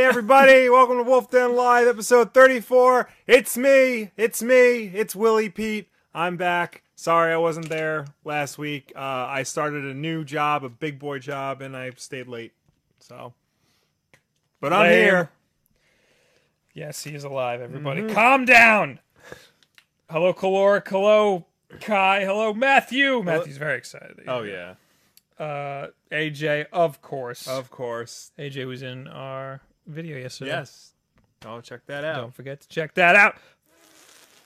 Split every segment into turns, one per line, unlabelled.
everybody. Welcome to Wolf Den Live, episode 34. It's me. It's me. It's Willie Pete. I'm back. Sorry I wasn't there last week. Uh, I started a new job, a big boy job, and I stayed late. So, but I'm
Lame.
here.
Yes, he is alive, everybody.
Mm-hmm.
Calm down. Hello, Caloric. Hello, Kai. Hello, Matthew. Matthew's very excited.
Oh yeah,
Uh, AJ, of course.
of course.
AJ was in our video yesterday.
Yes. Oh, check that out.
Don't forget to check that out.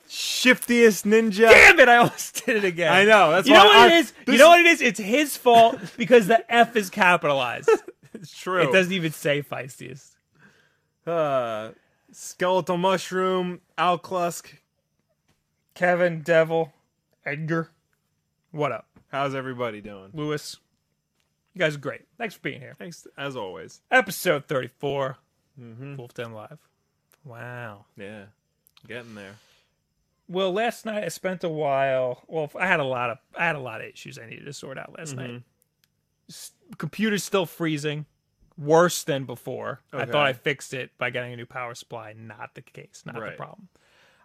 Shiftiest ninja.
Damn it, I almost did it again.
I know. That's
You
why
know what
I-
it is?
this-
You know what it is? It's his fault because the F is capitalized.
It's true.
It doesn't even say feistiest.
Uh, skeletal mushroom. Al Klusk.
Kevin, Devil, Edgar. What up?
How's everybody doing?
Lewis. You guys are great. Thanks for being here.
Thanks as always.
episode 34 wolf den live wow
Yeah, getting there.
well last night i spent a while well i had a lot of i had a lot of issues i needed to sort out last night
Mm-hmm.
S- computer's still freezing worse than before i
Okay.
thought i fixed it by getting a new power supply not the case not
Right.
the problem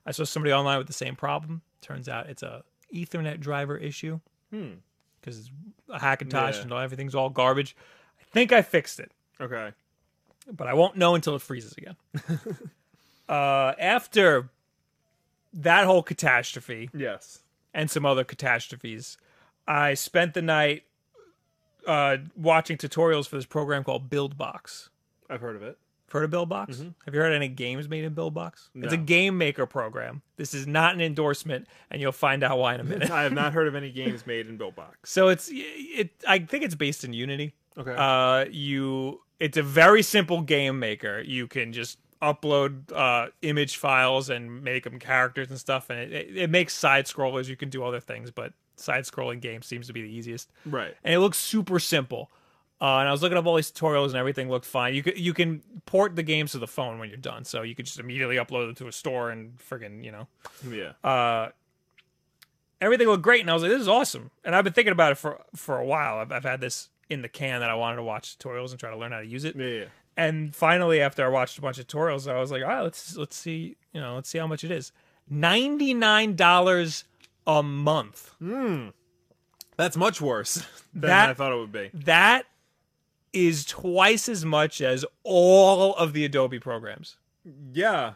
i saw somebody online with the same problem turns out it's a ethernet driver issue
Hmm.
because it's a hackintosh
Yeah.
and everything's all garbage i think i fixed it
Okay.
but I won't know until it freezes again. uh, after that whole catastrophe
Yes.
and some other catastrophes, I spent the night uh, watching tutorials for this program called BuildBox.
I've heard of it.
Heard of BuildBox? Have you heard any games made in BuildBox? It's a
Mm-hmm. No.
game maker program. This is not an endorsement, and you'll find out why in a minute.
I have not heard of any games made in Buildbox.
so it's it. I think it's based in Unity.
Okay.
Uh, you, it's a very simple game maker. You can just upload uh, image files and make them characters and stuff, and it, it, it makes side scrollers. You can do other things, but side scrolling game seems to be the easiest,
right.
and it looks super simple. Uh, and I was looking up all these tutorials, and everything looked fine. You can you can port the games to the phone when you're done, so you can just immediately upload them to a store and friggin' you know
Yeah.
uh, everything looked great, and I was like, "This is awesome." And I've been thinking about it for for a while. I've, I've had this in the can that I wanted to watch tutorials and try to learn how to use it.
yeah. Yeah.
And finally, after I watched a bunch of tutorials, I was like, "All right, let's let's see, you know, let's see how much it is." Ninety nine dollars a month.
That's much worse than
That-
I thought it would be.
That is twice as much as all of the Adobe programs.
Yeah.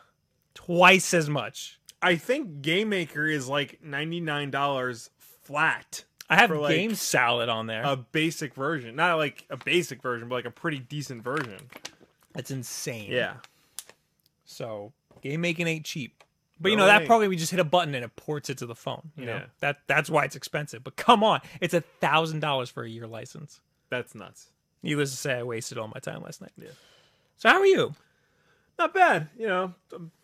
Twice as much.
I think Game Maker is like ninety nine dollars flat.
I have
For, like,
Game Salad on there.
A basic version, not like a basic version, but like a pretty decent version.
That's insane.
Yeah.
So game making ain't cheap. But you
No,
know
it
that
ain't.
program you just hit a button and it ports it to the phone. You know
Yeah.
that that's why it's expensive. But come on, it's a thousand dollars for a year license.
That's nuts.
Needless to say, I wasted all my time last night.
Yeah.
So how are you?
not bad. You know,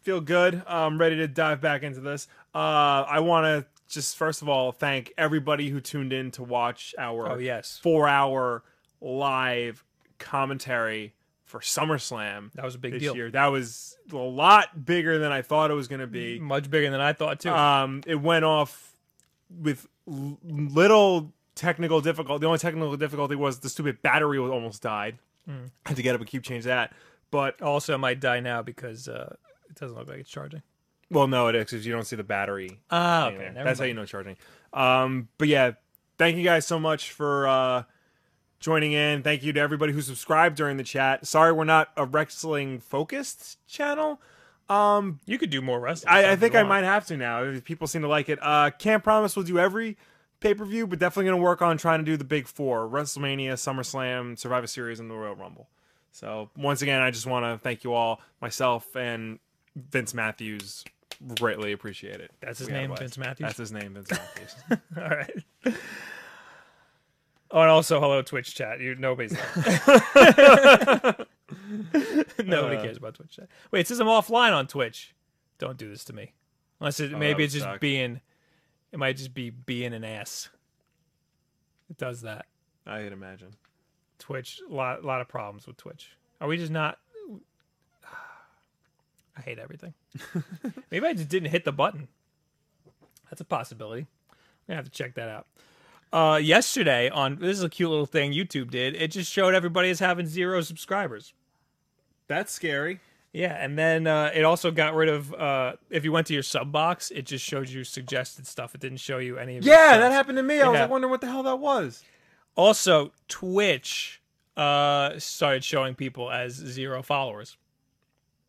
feel good. I'm ready to dive back into this. Uh, I want to just first of all thank everybody who tuned in to watch our
Oh, yes.
four hour live commentary for SummerSlam
That was a big
this
deal.
year. That was a lot bigger than I thought it was going to be.
Much bigger than I thought too.
Um, it went off with l- little technical difficulty. The only technical difficulty was the stupid battery was almost died.
Mm.
I had to get up and keep change that. But
also, it might die now because uh, it doesn't look like it's charging.
Well, no, it is because you don't see the battery.
Ah,
you
okay.
know.
never
That's how
mind.
you know charging. Um, but yeah, thank you guys so much for uh, joining in. Thank you to everybody who subscribed during the chat. Sorry, we're not a wrestling focused channel. Um,
you could do more wrestling.
I, I
if you
think I
want.
might have to now. if People seem to like it. Uh, can't promise we'll do every pay per view, but definitely going to work on trying to do the big four: WrestleMania, SummerSlam, Survivor Series, and the Royal Rumble. So once again, I just want to thank you all, myself and Vince Matthews. Greatly appreciate it.
That's his
We had a
name,
blast.
Vince Matthews?
That's his name, Vince Matthews.
All right. Oh, and also hello Twitch chat. You nobody's there. Nobody
Uh.
cares about Twitch chat. Wait, it says I'm offline on Twitch. Don't do this to me. Unless it
Oh, that would
maybe it's just
suck.
being it might just be being an ass. It does that.
I can imagine.
Twitch a lot lot of problems with Twitch. Are we just not I hate everything. Maybe I just didn't hit the button. That's a possibility. I'm gonna have to check that out. Uh, yesterday on this is a cute little thing YouTube did. It just showed everybody as having zero subscribers.
That's scary.
Yeah, and then uh, it also got rid of uh, if you went to your sub box, it just showed you suggested stuff. It didn't show you any of your
Yeah, that
subs.
happened to me. I was
Yeah.
like wondering what the hell that was.
Also, Twitch uh, started showing people as zero followers,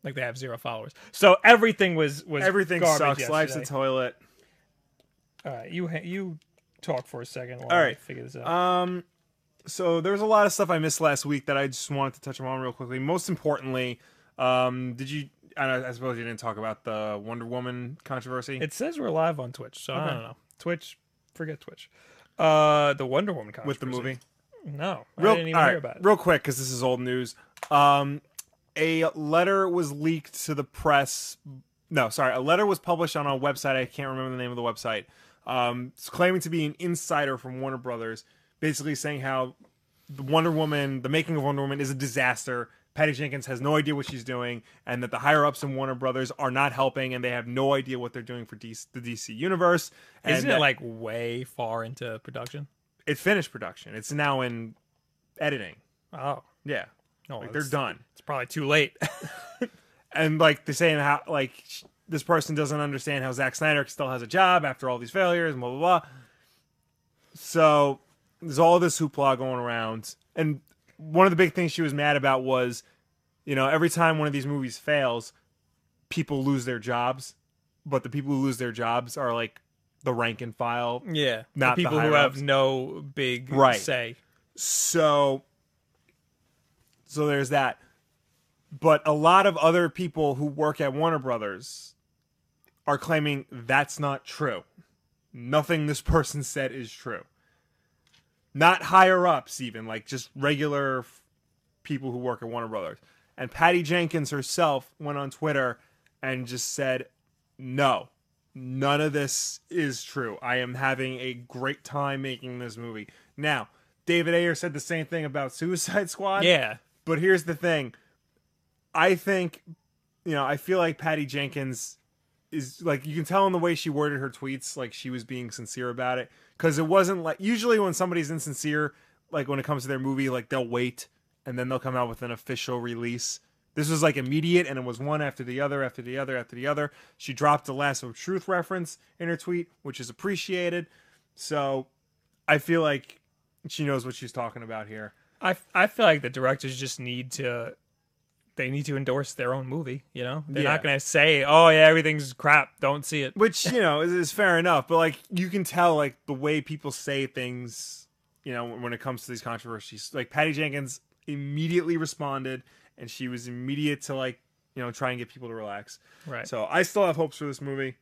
like they have zero followers. So everything was was
Everything
garbage
sucks. Life's a
yesterday.
toilet.
All right, you ha- you talk for a second. While
All
I
right.
figure this out.
Um, so there was a lot of stuff I missed last week that I just wanted to touch on real quickly. Most importantly, um, did you? I, I suppose you didn't talk about the Wonder Woman controversy.
it says we're live on Twitch, so I
Okay.
don't know. Twitch, forget Twitch. Uh, the Wonder Woman
with the
controversy.
movie.
No, I
Real,
didn't even
all
hear
right,
about it.
real quick, because this is old news. Um, a letter was leaked to the press. No, sorry, a letter was published on a website. I can't remember the name of the website. Um, it's claiming to be an insider from Warner Brothers, basically saying how the Wonder Woman, the making of Wonder Woman, is a disaster. Patty Jenkins has no idea what she's doing, and that the higher ups in Warner Brothers are not helping, and they have no idea what they're doing for DC, the DC universe. And
Isn't
that-
it like way far into production?
it finished production? It's now in editing.
Oh,
Yeah,
no,
like they're
it's-
done.
It's probably too late.
and like they're saying how like sh- this person doesn't understand how Zack Snyder still has a job after all these failures and blah blah blah. So there's all this hoopla going around, and one of the big things she was mad about was, you know, every time one of these movies fails, people lose their jobs, but the people who lose their jobs are like the rank and file
yeah, The
Not the
people who
higher-ups.
have no big
Right.
say.
So so there's that. But a lot of other people who work at Warner Brothers are claiming that's not true. Nothing this person said is true. Not higher ups even, like just regular f- people who work at Warner Brothers. And Patty Jenkins herself went on Twitter and just said, "No. None of this is true. I am having a great time making this movie." Now, David Ayer said the same thing about Suicide Squad.
Yeah,
But here's the thing. I think, you know, I feel like Patty Jenkins is like you can tell in the way she worded her tweets, like she was being sincere about it. Because it wasn't like usually when somebody's insincere, like when it comes to their movie, like they'll wait and then they'll come out with an official release. This was like immediate, and it was one after the other, after the other, after the other. She dropped the Lasso of Truth reference in her tweet, which is appreciated. So I feel like she knows what she's talking about here.
I I feel like the directors just need to they need to endorse their own movie. You know, they're
Yeah.
not gonna say, "Oh yeah, everything's crap. Don't see it."
which you know is, is fair enough but like you can tell like the way people say things you know when it comes to these controversies like patty jenkins immediately responded and she was immediate to like you know try and get people to relax
Right.
so i still have hopes for this movie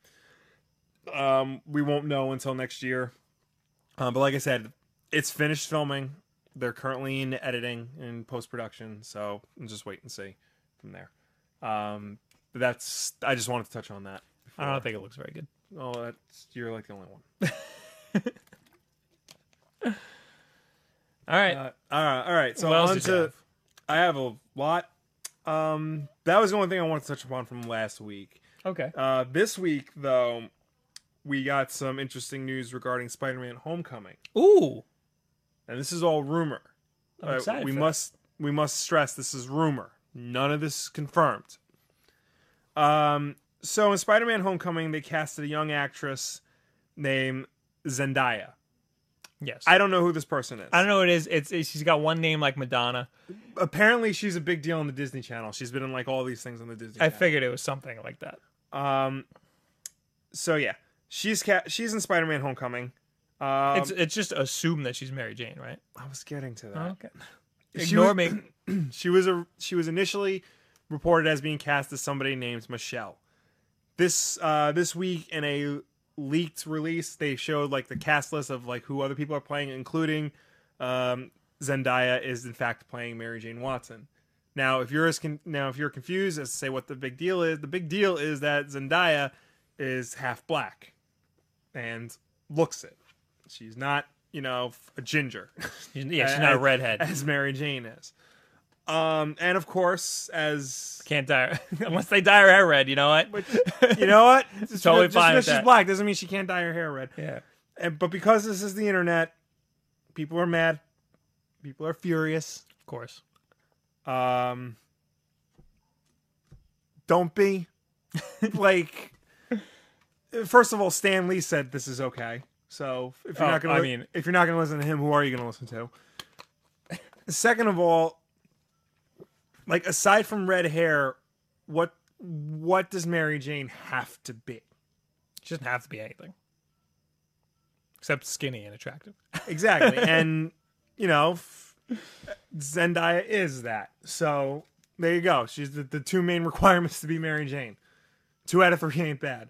um we won't know until next year um, but like i said it's finished filming they're currently in editing and post-production so we'll just wait and see from there um but that's i just wanted to touch on that
I don't think it looks very good.
Oh, that's you're like the only one.
All right.
Uh, all right, all right. So
What else
on
did you
to
have?
I have a lot. Um, that was the only thing I wanted to touch upon from last week.
okay.
Uh, this week though, we got some interesting news regarding Spider-Man: Homecoming,
Ooh,
and this is all rumor.
I'm
Uh,
excited.
we
for that.
must we must stress this is rumor. None of this is confirmed. Um, so in Spider-Man: Homecoming, they casted a young actress named Zendaya.
Yes. I,
I don't know who this person is.
don't know. What it is. It's, it's she's got one name like Madonna.
apparently she's a big deal on the Disney Channel. She's been in like all these things on the Disney.
I
Channel.
figured it was something like that.
Um. So yeah, she's ca- she's in Spider-Man: Homecoming. Um,
it's it's just assume that she's Mary Jane, right?
I was getting to that.
Okay.
Oh, She
Ignore
was-
me.
She was a she was initially reported as being cast as somebody named Michelle. This uh this week in a leaked release, they showed like the cast list of like who other people are playing, including um Zendaya is in fact playing Mary Jane Watson. Now, if you're as con- now if you're confused as to say what the big deal is, the big deal is that Zendaya is half black and looks it. She's not, you know, a ginger
Yeah, she's
I-
not
I-
a redhead.
as Mary Jane is. Um, and of course, as
Can't dye her. unless they dye her hair red. You know what?
you know, what just,
Totally
just
fine
because
with
she's
that.
black doesn't mean she can't dye her hair red.
yeah.
And but because this is the internet, people are mad, people are furious.
Of course.
Um, don't be. like, first of all, Stan Lee said this is okay. So if you're
Oh,
not gonna,
I
li-
mean-
if you're not gonna listen to him, who are you gonna listen to? Second of all, like aside from red hair, what what does Mary Jane have to be?
She doesn't have to be anything. Except skinny and attractive.
Exactly. and, you know, f- Zendaya is that. So there you go. She's the, the two main requirements to be Mary Jane. Two out of three ain't bad.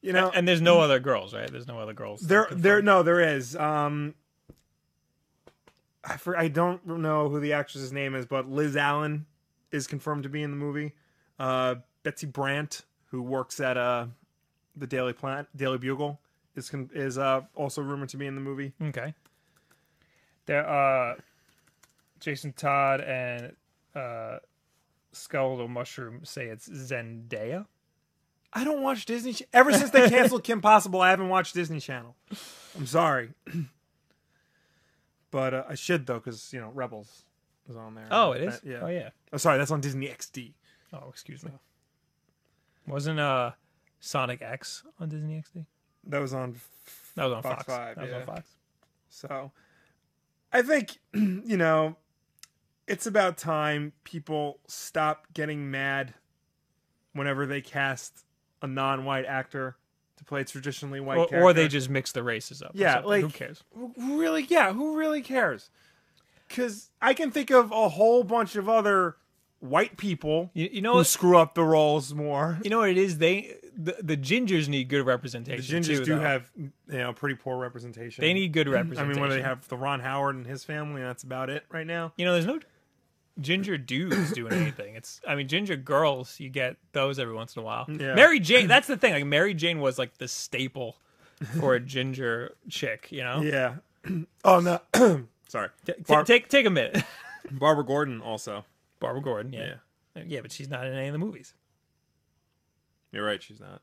You know,
and there's no other girls, right? There's no other girls. that
Uh, there,
can-
there, no, there is. Um, I, for, I don't know who the actress's name is, but Liz Allen is confirmed to be in the movie. Uh, Betsy Brandt, who works at uh, the Daily Plant, Daily Bugle, is con- is uh, also rumored to be in the movie.
Okay. There uh Jason Todd and uh Skeletal Mushroom say it's Zendaya.
I don't watch Disney. Ch- Ever since they canceled Kim Possible, I haven't watched Disney Channel. I'm sorry, but uh, I should though, because you know Rebels is on there.
Oh, it is.
That- yeah.
Oh yeah.
Oh, sorry, that's on Disney XD.
Oh, excuse me. Wasn't uh Sonic X on Disney XD?
That was on.
That was on
Fox
Fox.
five,
that was
yeah.
on Fox.
So, I think you know, it's about time people stop getting mad whenever they cast a non-white actor to play a traditionally white
Or,
character.
or they just mix the races up. or
Yeah,
something.
like-
who cares?
Who really yeah who really cares because i can think of a whole bunch of other white people
You, you know
who
what
screw up the roles more
You know what it is? They the, the gingers need good
the
representation.
gingers
too,
do
though.
have you know pretty poor representation
They need good
i
representation.
mean what do they have the ron howard and his family and that's about it right now
You know, there's no ginger dudes doing anything. It's I mean, ginger girls. You get those every once in a while.
Yeah.
Mary Jane. That's the thing. Like Mary Jane was like the staple for a ginger chick. You know,
yeah oh no sorry
T- t-
Bar-
take take a minute.
barbara gordon also
Barbara Gordon. Yeah. yeah, but she's not in any of the movies.
you're right she's not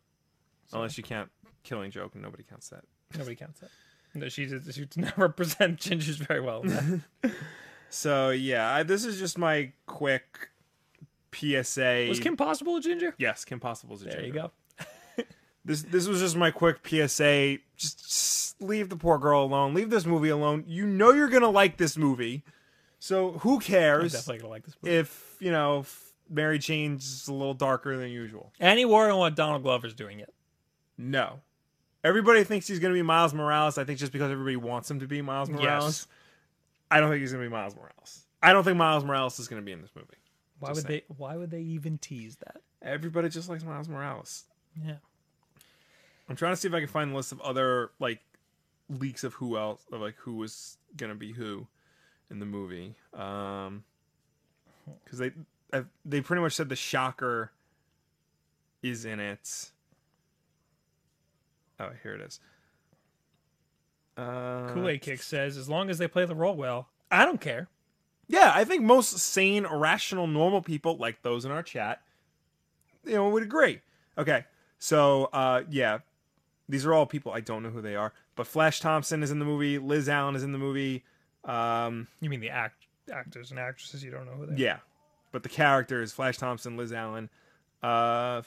unless you count killing joke and nobody counts that
Nobody counts that. No, she does- she does not represent gingers very well. in that.
so yeah I, this is just my quick psa
Was Kim Possible a ginger?
yes kim possible's a
There you
ginger.
go.
This this was just my quick PSA. Just, just leave the poor girl alone. Leave this movie alone. You know you're gonna like this movie, so who
I'm
cares
definitely gonna like this movie.
if you know if Mary Jane's a little darker than usual?
Annie Warren, what Donald Glover's doing yet?
No. Everybody thinks he's gonna be Miles Morales. I think just because everybody wants him to be Miles Morales. I don't think he's gonna be Miles Morales. I don't think Miles Morales is gonna be in this movie.
Why
Just
would they? Why would they even tease that?
Everybody just likes Miles Morales.
Yeah.
I'm trying to see if I can find a list of other like leaks of who else of like who was gonna be who in the movie. Um, because they I've, they pretty much said the Shocker is in it. Oh, here it is. Uh,
Kool Aid Kick says, as long as they play the role well, I don't care.
Yeah, I think most sane, rational, normal people, like those in our chat, you know, would agree. Okay, so uh, yeah, these are all people I don't know who they are, but Flash Thompson is in the movie, Liz Allen is in the movie. Um,
You mean the act actors and actresses? You don't know who they are.
yeah, but the character is Flash Thompson, Liz Allen. Uh,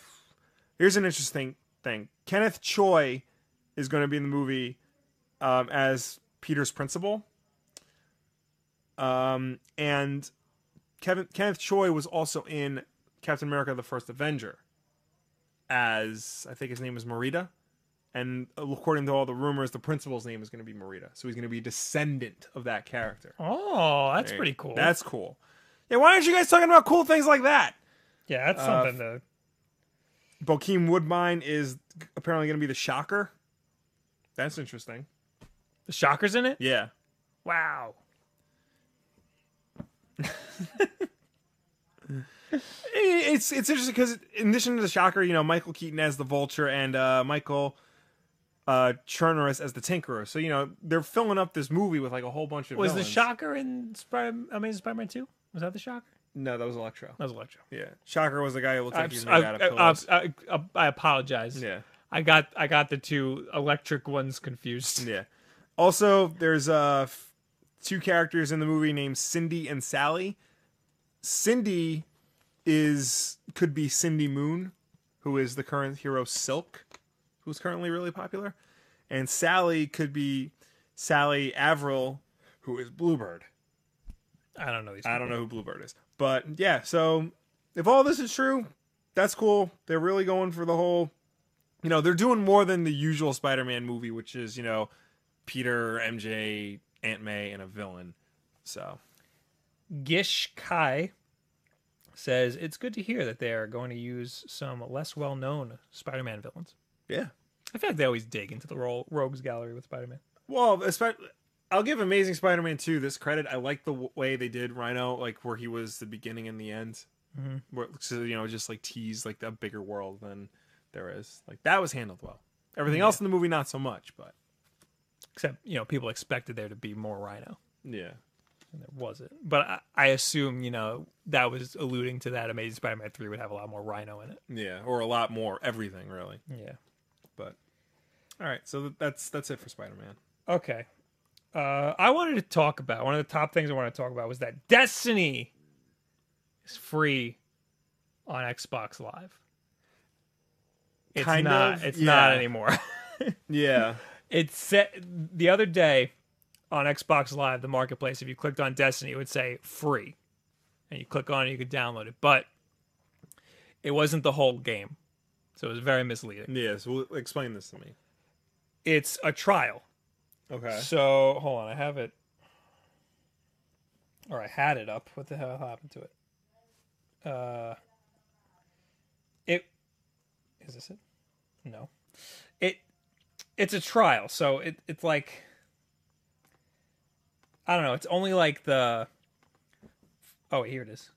here's an interesting thing: Kenneth Choi is going to be in the movie um, as Peter's principal, um, and Kevin Kenneth Choi was also in Captain America: The First Avenger as I think his name is Marita. And according to all the rumors, the principal's name is going to be Marita, so he's going to be a descendant of that character.
Oh, that's
There you-
pretty cool.
That's cool. Yeah, why aren't you guys talking about cool things like that?
yeah, that's
uh,
something to.
Bokeem Woodbine is apparently going to be the Shocker. That's interesting.
The Shocker's in it.
Yeah.
Wow.
It- It's it's interesting because in addition to the Shocker, you know, Michael Keaton as the Vulture and uh, Michael uh, Cherneris as the Tinkerer. So, you know, they're filling up this movie with like a whole bunch of
Was the
villains.
Shocker in Spider? Amazing Spider-Man Two? Was that the Shocker?
No, that was Electro.
That was Electro.
Yeah. Shocker was the guy who looked like
I'm
he was
s-
made out of
I, I,
pillows.
I, I- I apologize.
yeah.
I got I got the two electric ones confused.
Yeah. Also, there's uh f- two characters in the movie named Cindy and Sally. Cindy is could be Cindy Moon, who is the current hero Silk, who's currently really popular, and Sally could be Sally Avril, who is Bluebird.
I don't know these.
I don't know who Bluebird is, but yeah. So if all this is true, that's cool. They're really going for the whole. You know, they're doing more than the usual Spider-Man movie, which is you know Peter, MJ, Aunt May, and a villain. So
Gish Kai says it's good to hear that they are going to use some less well-known Spider-Man villains.
yeah.
I feel like they always dig into the ro- rogues gallery with Spider-Man.
Well, especially, I'll give Amazing Spider-Man 2 this credit. I like the w- way they did Rhino, like where he was the beginning and the end.
Mhm.
Where, so you know, just like tease like a bigger world than there is. Like that was handled well. Everything else in the movie, not so much. But
Except you know people expected there to be more Rhino,
yeah,
and there wasn't. But I, I assume you know that was alluding to that Amazing Spider-Man three would have a lot more Rhino in it.
yeah, or a lot more. Everything really.
Yeah.
But all right, so th- that's that's it for Spider-Man.
Okay. Uh, I wanted to talk about one of the top things I wanted to talk about was that Destiny is free on Xbox Live. It's
Kind
not.
of,
it's not
yeah.
anymore.
Yeah,
It's set the other day on Xbox Live, the marketplace. If you clicked on Destiny, it would say free, and you click on it, you could download it. But it wasn't the whole game, so it was very misleading.
yeah. So we'll explain this to me.
It's a trial.
Okay.
So hold on, I have it, or I had it up. What the hell happened to it? Uh, it is this it? No, it it's a trial. So it it's like I don't know. It's only like the oh here it is.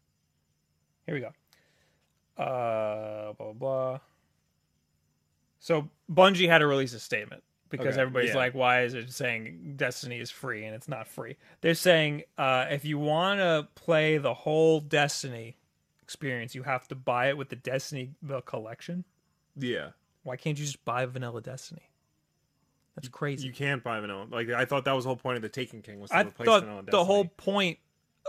Here we go. Uh, blah blah. blah. So Bungie had to release a statement because
Okay,
everybody's
yeah.
like, why is it saying Destiny is free and it's not free? They're saying uh, if you want to play the whole Destiny experience, you have to buy it with the Destiny the collection.
Yeah,
Why can't you just buy Vanilla Destiny? That's crazy.
you can't buy vanilla. Like I thought that was the whole point of the Taken King was to
I
replace vanilla.
thought
and
the whole
Destiny.
point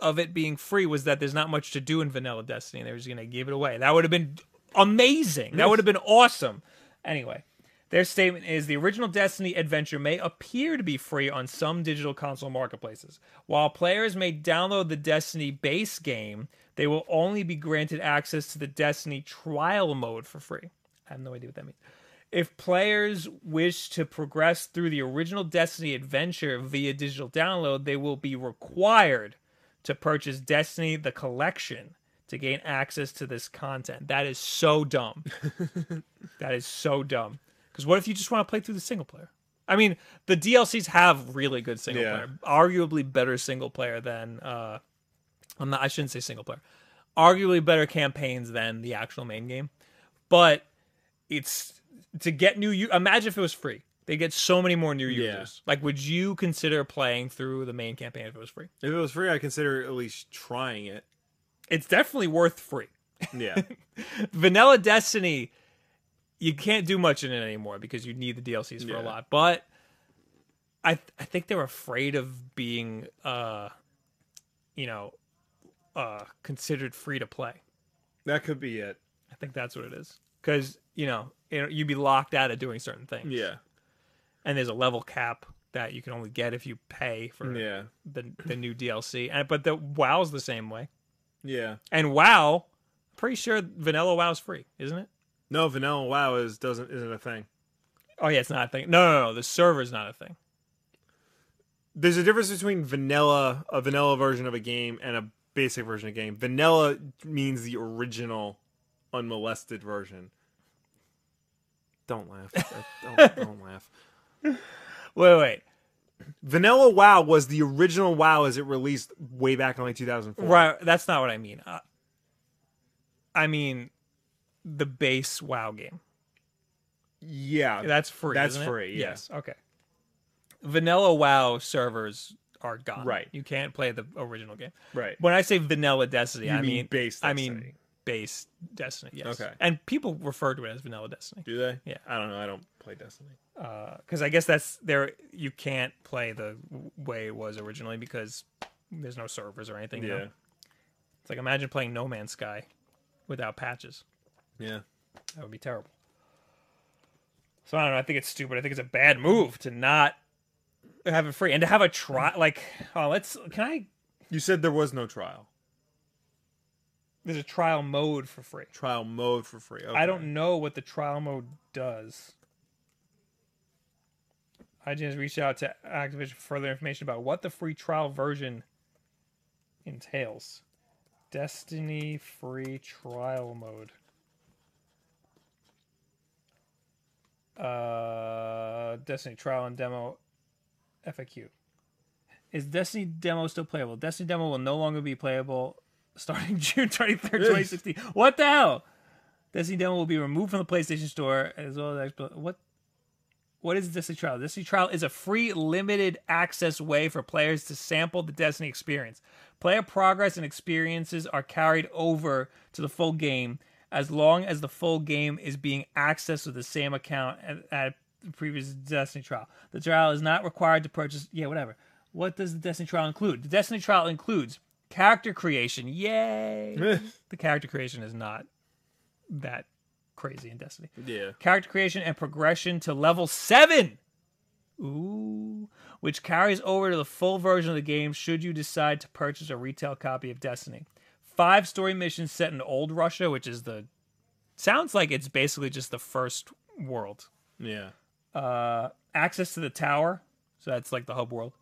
of it being free was that there's not much to do in Vanilla Destiny. They were just going to give it away. That would have been amazing. That
Yes.
would have been awesome. Anyway, their statement is the original Destiny adventure may appear to be free on some digital console marketplaces. While players may download the Destiny base game, they will only be granted access to the Destiny trial mode for free. I have no idea what that means. If players wish to progress through the original Destiny adventure via digital download, they will be required to purchase Destiny the collection to gain access to this content. That is so dumb. that is so dumb. Because what if you just want to play through the single player? I mean, the DLCs have really good single
Yeah.
player, arguably better single player than uh, I'm not. I shouldn't say single player. Arguably better campaigns than the actual main game, but it's to get new. u- Imagine if it was free. They get so many more new
Yeah.
users. Like, would you consider playing through the main campaign if it was free?
If it was free, I consider at least trying it.
It's definitely worth free.
Yeah.
Vanilla Destiny, you can't do much in it anymore because you need the DLCs for
Yeah.
a lot. But I th- I think they're afraid of being uh you know uh considered free to play.
That could be it.
I think that's what it is. Cuz you know, you know, you'd be locked out of doing certain things.
Yeah.
And there's a level cap that you can only get if you pay for
Yeah.
the the new DLC. And but the WoW's the same way.
Yeah.
And WoW, pretty sure vanilla WoW's free, isn't it?
No, vanilla wow is doesn't isn't a thing.
Oh yeah, it's not a thing. No, no, no. The server's not a thing.
There's a difference between vanilla, a vanilla version of a game, and a basic version of a game. Vanilla means the original, unmolested version. Don't laugh. don't, don't laugh.
Wait, wait.
Vanilla WoW was the original WoW as it released way back in like 2004.
Right, that's not what I mean. Uh, I mean the base WoW game.
Yeah.
That's free.
That's
isn't it?
free, yeah.
Yes. Okay. Vanilla WoW servers are gone.
Right.
You can't play the original game.
right.
When I say vanilla Destiny,
You
I
mean
mean
base
I mean
Destiny.
base Destiny. Yes.
Okay.
And people refer to it as vanilla Destiny.
Do they?
Yeah.
I don't know. I don't play Destiny.
because I guess that's there. You can't play the w- way it was originally because there's no servers or anything. you know?
Yeah.
It's like imagine playing No Man's Sky without patches.
Yeah.
That would be terrible. So I don't know. I think it's stupid. I think it's a bad move to not have it free and to have a try. Like, oh, let's. Can I?
You said there was no trial.
There's a trial mode for free.
Trial mode for free. Okay.
I don't know what the trial mode does. IGN has reached out to Activision for further information about what the free trial version entails. Destiny free trial mode. Uh, Destiny trial and demo FAQ. Is Destiny demo still playable? Destiny demo will no longer be playable starting June 23rd, 2016. What the hell? Destiny demo will be removed from the PlayStation Store as well as what what is Destiny Trial? Destiny Trial is a free, limited access way for players to sample the Destiny experience. Player progress and experiences are carried over to the full game as long as the full game is being accessed with the same account at, at the previous Destiny Trial. The trial is not required to purchase. Yeah, whatever. What does the Destiny Trial include? The Destiny Trial includes character creation. Yay! the character creation is not that crazy in Destiny
yeah.
character creation and progression to level 7. Ooh, which carries over to the full version of the game should you decide to purchase a retail copy of Destiny. Five story missions set in old Russia, which is the sounds like it's basically just the first world.
Yeah.
Uh access to the tower, so that's like the hub world,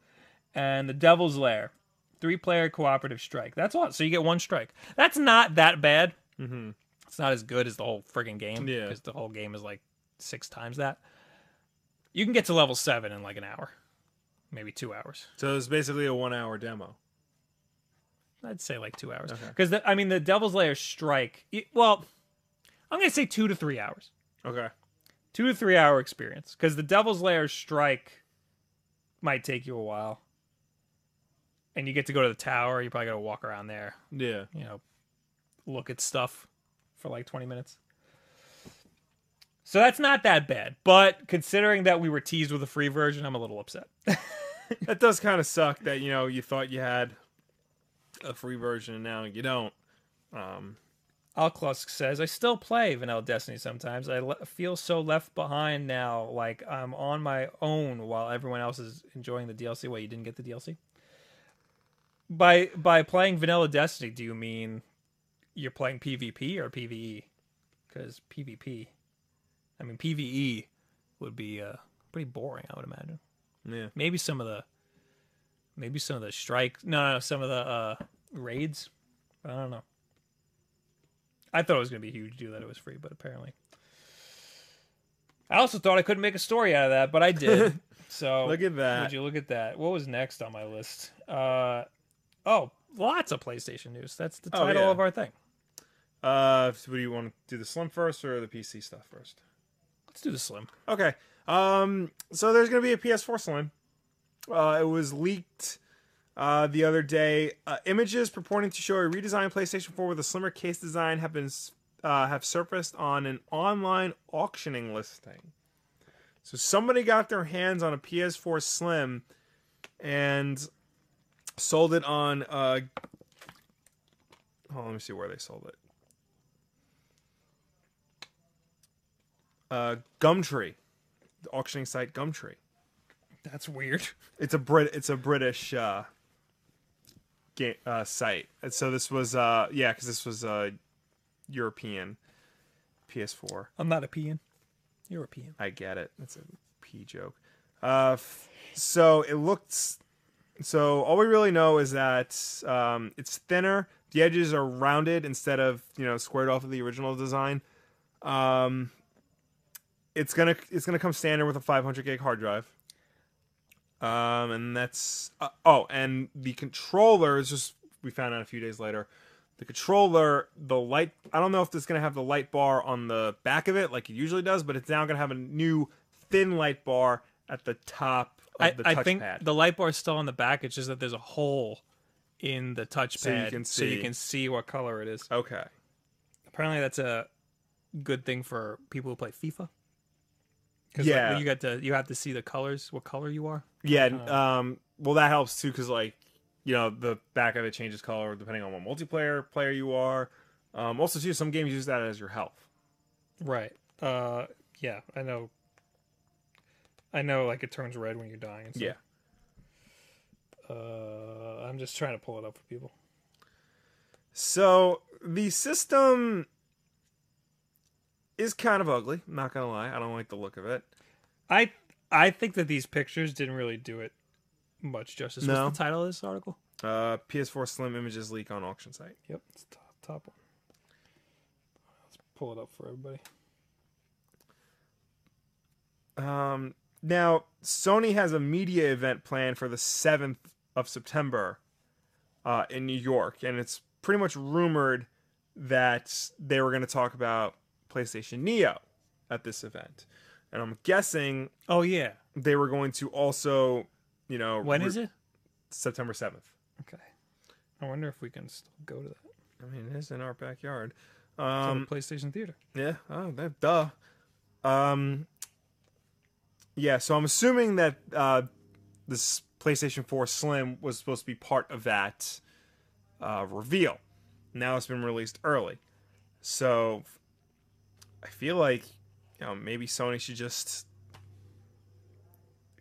and the Devil's Lair. Three player cooperative strike. That's all. So you get one strike. That's not that bad
Mm-hmm.
it's not as good as the whole friggin' game
Yeah.
because the whole game is like six times that. You can get to level seven in like an hour, maybe two hours.
So it's basically a one-hour demo.
I'd say like two hours
Okay.
because I mean the Devil's Lair strike. y- Well, I'm gonna say two to three hours,
Okay.
two to three hour experience because the Devil's Lair strike might take you a while, and you get to go to the tower. You probably gotta walk around there.
Yeah.
you know, look at stuff for like 20 minutes. So that's not that bad, but considering that we were teased with a free version, I'm a little upset.
That does kind of suck that you know you thought you had a free version and now you don't. Um.
Alklusk says, I still play Vanilla Destiny sometimes. I le- feel so left behind now, like I'm on my own while everyone else is enjoying the DLC. Wait, you didn't get the DLC? By by playing Vanilla Destiny, do you mean you're playing PvP or E? PvE? Because PvP, I mean PvE, would be uh, pretty boring, I would imagine.
Yeah.
Maybe some of the, maybe some of the strike. No, no, some of the uh, raids. I don't know. I thought it was going to be huge due that it was free, but apparently. I also thought I couldn't make a story out of that, but I did. So
Look at that.
Would you look at that? What was next on my list? Uh, oh, lots of PlayStation news. That's the
Oh,
title
yeah.
of our thing.
Uh. so What do you want to do? The Slim first or the PC stuff first?
Let's do the slim.
Okay. Um. So there's gonna be a PS4 Slim. Uh, it was leaked uh, the other day. Uh, images purporting to show a redesigned PlayStation 4 with a slimmer case design have been s- uh, have surfaced on an online auctioning listing. So somebody got their hands on a PS4 Slim and sold it on. Uh, oh, let me see where they sold it. Uh, Gumtree, the auctioning site Gumtree.
That's weird.
It's a Brit. It's a British uh, ga- uh, site. And so this was uh, yeah, because this was uh, European PS4.
I'm not a peon. You're a peon.
I get it. That's a pee joke. Uh, f- so it looks. So all we really know is that um, it's thinner. The edges are rounded instead of you know squared off of the original design. Um, it's gonna it's gonna come standard with a 500 gig hard drive. Um, and that's uh, oh, and the controller is just we found out a few days later. The controller, the light. I don't know if it's gonna have the light bar on the back of it like it usually does, but it's now gonna have a new thin light bar at the top of
I,
the
I
touchpad.
think the light bar's still on the back. It's just that there's a hole in the touchpad,
can
so you
see.
can see what color it is.
okay.
apparently that's a good thing for people who play FIFA. Because
Yeah.
you got to you have to see the colors, what color you are.
Yeah. and, Um. Well, that helps too, because like you know the back of it changes color depending on what multiplayer player you are. Um, also, too, some games use that as your health.
Right. Uh, yeah, I know. I know, like it turns red when you're dying. And stuff. Uh, I'm just trying to pull it up for people.
So the system is kind of ugly. Not gonna lie, I don't like the look of it.
I I think that these pictures didn't really do it much justice.
No.
What's the title of this article?
Uh, PS4 Slim images leak on auction site.
Yep, it's top top one. Let's pull it up for everybody.
Um, now Sony has a media event planned for the seventh of September uh, in New York, and it's pretty much rumored that they were going to talk about PlayStation Neo at this event, and I'm guessing
Oh yeah.
they were going to also, you know,
When is it?
September seventh.
Okay. I wonder if we can still go to that
I mean, it is in our backyard.
to the
Um,
PlayStation Theater.
Yeah. Oh, that duh. Um. Yeah. So I'm assuming that uh, this PlayStation 4 Slim was supposed to be part of that uh, reveal. Now it's been released early, so I feel like you know maybe Sony should just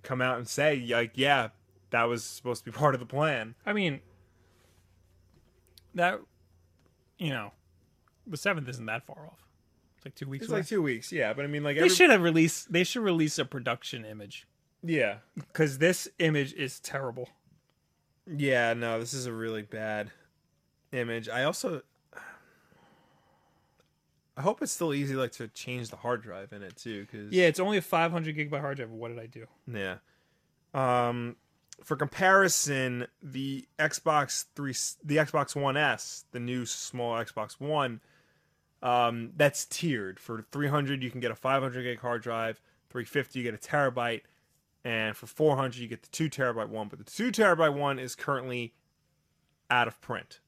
come out and say like, yeah, that was supposed to be part of the plan.
I mean, that you know, the seventh isn't that far off. It's like two weeks.
It's
away.
like two weeks. Yeah, but I mean like
they should have released. They should release a production image
yeah.
because this image is terrible.
Yeah, no, this is a really bad image. I also I hope it's still easy like to change the hard drive in it too cuz
Yeah, it's only a 500 gigabyte hard drive. What did I do?
yeah. Um for comparison, the Xbox 3 the Xbox One S, the new small Xbox One um that's tiered. For 300 you can get a 500 gig hard drive, 350 you get a terabyte, and for 400 you get the 2 terabyte one, but the 2 terabyte one is currently out of print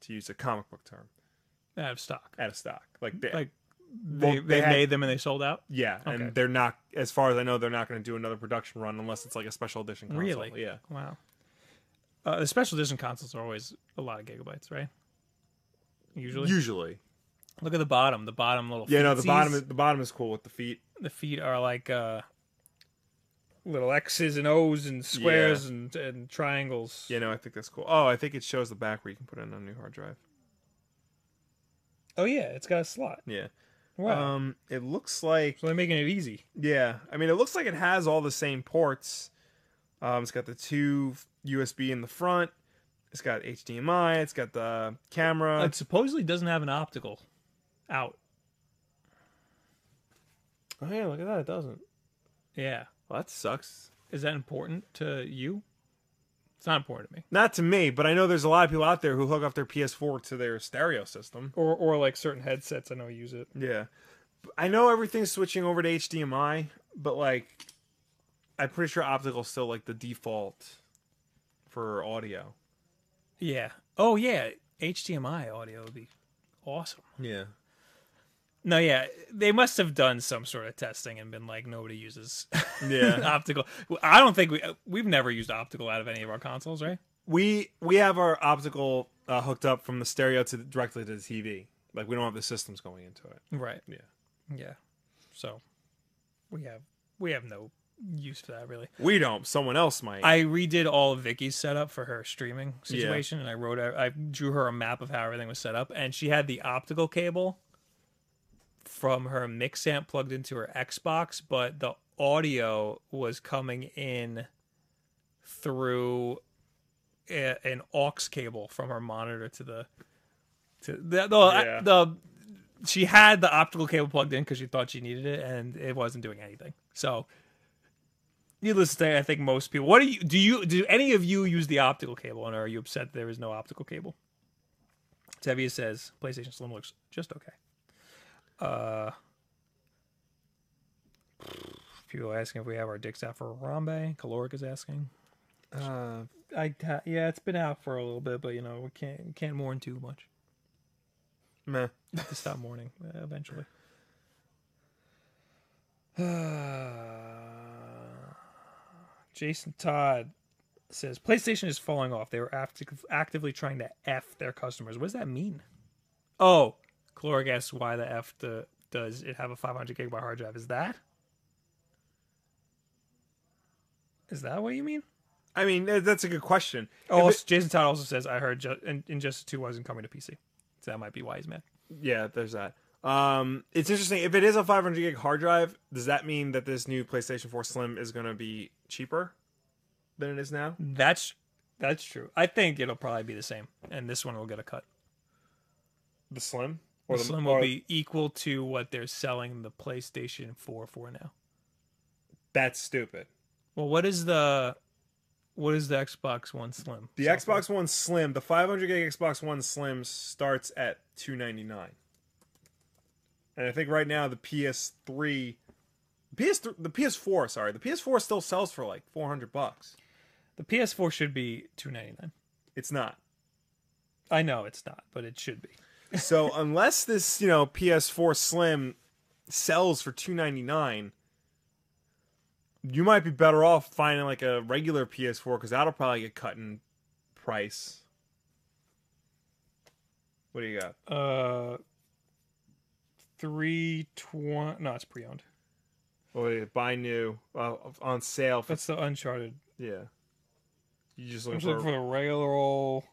to use a comic book term
Out of stock.
out of stock like, they,
Like they
Eh. Well,
they,
they had-
made them and they sold out.
yeah
Okay.
and they're not as far as i know they're not going to do another production run unless it's like a special edition console.
Really?
yeah
Wow. Uh, the special edition consoles are always a lot of gigabytes, right? Usually.
usually
Look at the bottom. The bottom little.
yeah no the
feetsies.
bottom is- the bottom is cool with the feet
the feet are like uh little X's and O's and squares and and triangles.
yeah no i think that's cool oh i think it shows the back where you can put in a new hard drive
Oh yeah, it's got a slot.
yeah
Wow.
um it looks like
so they're making it easy.
Yeah, I mean, it looks like it has all the same ports. Um, it's got the two USB in the front. It's got HDMI. It's got the camera.
it supposedly doesn't have an optical out.
oh yeah, look at that. It doesn't.
Yeah.
Well, that sucks.
Is that important to you? It's not important to me.
Not to me, but I know there's a lot of people out there who hook up their PS4 to their stereo system.
Or or like certain headsets I know use it.
Yeah, I know everything's switching over to HDMI, but like, I'm pretty sure optical's still like the default for audio.
Yeah. Oh yeah, HDMI audio would be awesome.
Yeah.
No, yeah, they must have done some sort of testing and been like, nobody uses
Yeah.
optical. I don't think we we've never used optical out of any of our consoles, right?
we we have our optical uh, hooked up from the stereo to directly to the TV. Like we don't have the systems going into it.
Right.
Yeah.
Yeah. So we have we have no use for that really.
We don't. Someone else might.
I redid all of Vicky's setup for her streaming situation, and I wrote I drew her a map of how everything was set up, and she had the optical cable from her mix amp plugged into her Xbox, but the audio was coming in through a, an aux cable from her monitor to the to the the,
Yeah.
the she had the optical cable plugged in because she thought she needed it, and it wasn't doing anything. So, needless to say, I think most people. What do you do? You do any of you use the optical cable, and are you upset there is no optical cable? Tevia says PlayStation Slim looks just okay. Uh, people are asking if we have our dicks out for Harambe. Caloric is asking.
uh,
I ha- yeah, it's been out for a little bit, but you know we can't we can't mourn too much.
meh.
We have to stop mourning uh, eventually. Jason Todd says PlayStation is falling off. They were acti- actively trying to f their customers. What does that mean? Oh, Cloric asks why the f the, does it have a 500 gigabyte hard drive? Is that? Is that what you mean?
I mean, eh, that's a good question.
Oh,
If
also- Jason Todd also says I heard ju- in Injustice 2 wasn't coming to PC, so that might be why he's mad.
it- yeah, there's that. Um, it's interesting. If it is a 500 gig hard drive, does that mean that this new PlayStation 4 Slim is going to be cheaper than it is now?
That's that's true. I think it'll probably be the same, and this one will get a cut.
The Slim
Or the Slim will
or-
be equal to what they're selling the PlayStation 4 for now.
That's stupid.
Well, what is the what is the Xbox One Slim?
The
sell for?
Xbox One Slim, the 500 gig Xbox One Slim starts at 299. And I think right now the PS3 PS3 the PS4, sorry, the PS4 still sells for like 400 bucks.
the PS4 should be 299.
It's not.
I know it's not, but it should be.
So unless this, you know, PS4 Slim sells for 299, you might be better off finding like a regular PS4 cuz that'll probably get cut in price. What do you got?
Uh, three twenty. No, it's pre-owned.
Oh, yeah, buy new uh, on sale for
That's the Uncharted.
yeah. You just
I'm
looking
just
for,
looking for the regular old.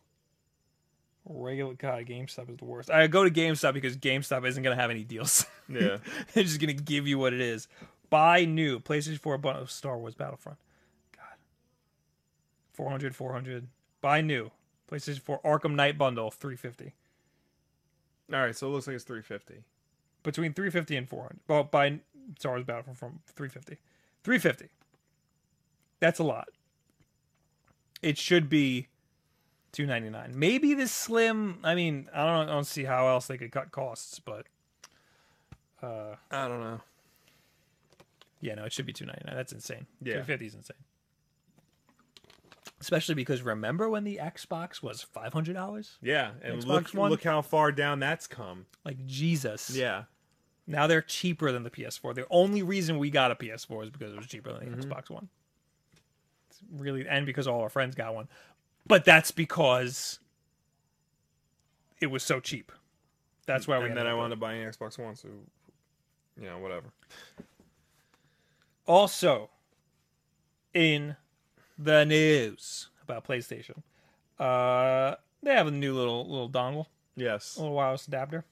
Regular God, GameStop is the worst. I go to GameStop because GameStop isn't gonna have any deals.
yeah.
They're just gonna give you what it is. Buy new PlayStation 4 bundle of Star Wars Battlefront. God. 400, 400. Buy new PlayStation 4 Arkham Knight bundle, 350.
All right, so it looks like it's three fifty.
Between 350 and 400. Well, buy Star Wars Battlefront from 350. 350. That's a lot. It should be 299. Maybe this slim. I mean, I don't, I don't see how else they could cut costs, but uh,
I don't know.
Yeah, no, it should be two ninety nine. That's insane.
Yeah.
Two fifty is insane. Especially because remember when the Xbox was five hundred dollars?
Yeah, and
Xbox
look
One?
look how far down that's come.
Like Jesus.
Yeah,
Now they're cheaper than the PS4. The only reason we got a PS4 is because it was cheaper than the
Mm-hmm.
Xbox One. It's really and because all our friends got one. But that's because it was so cheap. That's why we
and
ended
then I
up with it.
wound up buying an Xbox One, so you know whatever.
Also, in the news about PlayStation, uh, they have a new little little dongle,
Yes,
a little wireless adapter.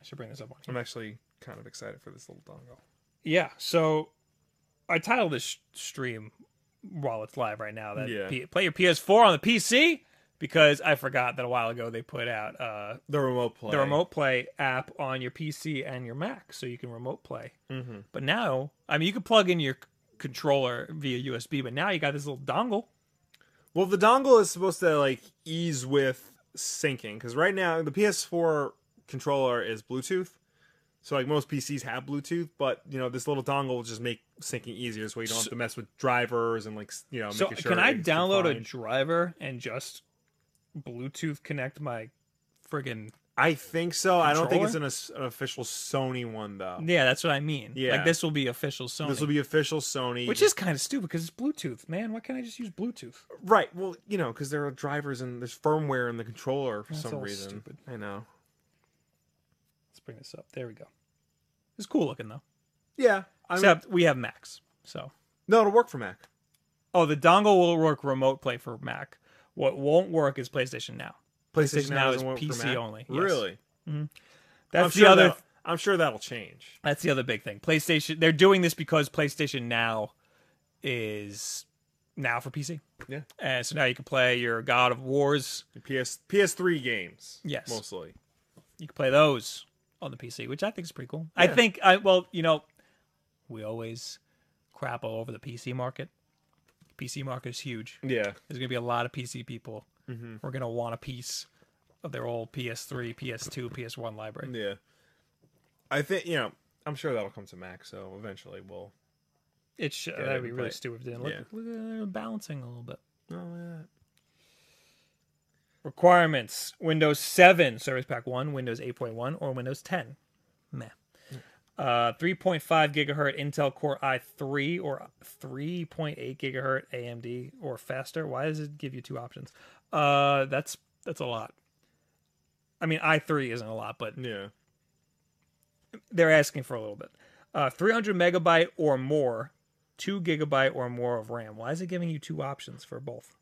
I should bring this up on here.
I'm actually kind of excited for this little dongle.
Yeah. So, I titled this sh- stream while it's live right now that
Yeah.
P- play your PS4 on the PC because I forgot that a while ago they put out uh,
The remote play.
the remote play app on your PC and your Mac, so you can remote play.
Mm-hmm.
But now, I mean, you can plug in your c- controller via USB, but now you got this little dongle.
Well, the dongle is supposed to like ease with syncing because right now the PS4 controller is Bluetooth, so like most PCs have Bluetooth, but you know this little dongle will just make syncing easier, so you don't have to mess with drivers and like s- you know.
So
making sure
can I
it's
download a
defined.
driver and just Bluetooth connect my friggin'
I think so. I don't think it's
controller?
an, as- an official Sony one though.
yeah? That's what I mean.
Yeah.
like this will be official Sony,
This will be official Sony,
which is kind of stupid because it's Bluetooth. Man, why can't I just use Bluetooth?
right. Well, you know, because there are drivers and there's firmware in the controller for
That's
some
all
reason.
stupid.
I know.
Let's bring this up. There we go. It's cool looking though.
Yeah. I mean,
Except we have Macs, so
no, it'll work for Mac.
oh, the dongle will work remote play for Mac. What won't work is PlayStation Now. PlayStation Now is
doesn't work for
PC
Mac?
only, yes.
Really.
That's
I'm
the
sure
other.
that'll- I'm sure that'll change.
That's the other big thing. PlayStation. They're doing this because PlayStation Now is now for PC.
Yeah.
And so now you can play your God of Wars.
The PS PS3 games.
Yes.
mostly.
You can play those on the PC, which I think is pretty cool. I
Yeah.
think I well, you know, we always crap all over the PC market. PC market is huge.
Yeah,
There's gonna be a lot of PC people. We're gonna want a piece of their old PS3, PS2, PS1 library.
yeah. I think you know. I'm sure that'll come to Mac. So eventually we'll.
It should,
Yeah,
that'd be
we can
really
play it.
stupid. if it didn't. Look,
Yeah.
look at they're balancing a little bit.
Oh yeah.
Requirements: Windows 7 Service Pack 1, Windows 8.1, or Windows 10. Meh. Uh, 3.5 gigahertz Intel Core i3 or 3.8 gigahertz AMD or faster. Why does it give you two options? Uh, that's that's a lot. I mean, i three isn't a lot, but
Yeah.
they're asking for a little bit. Uh, 300 megabyte or more, two gigabyte or more of RAM. Why is it giving you two options for both?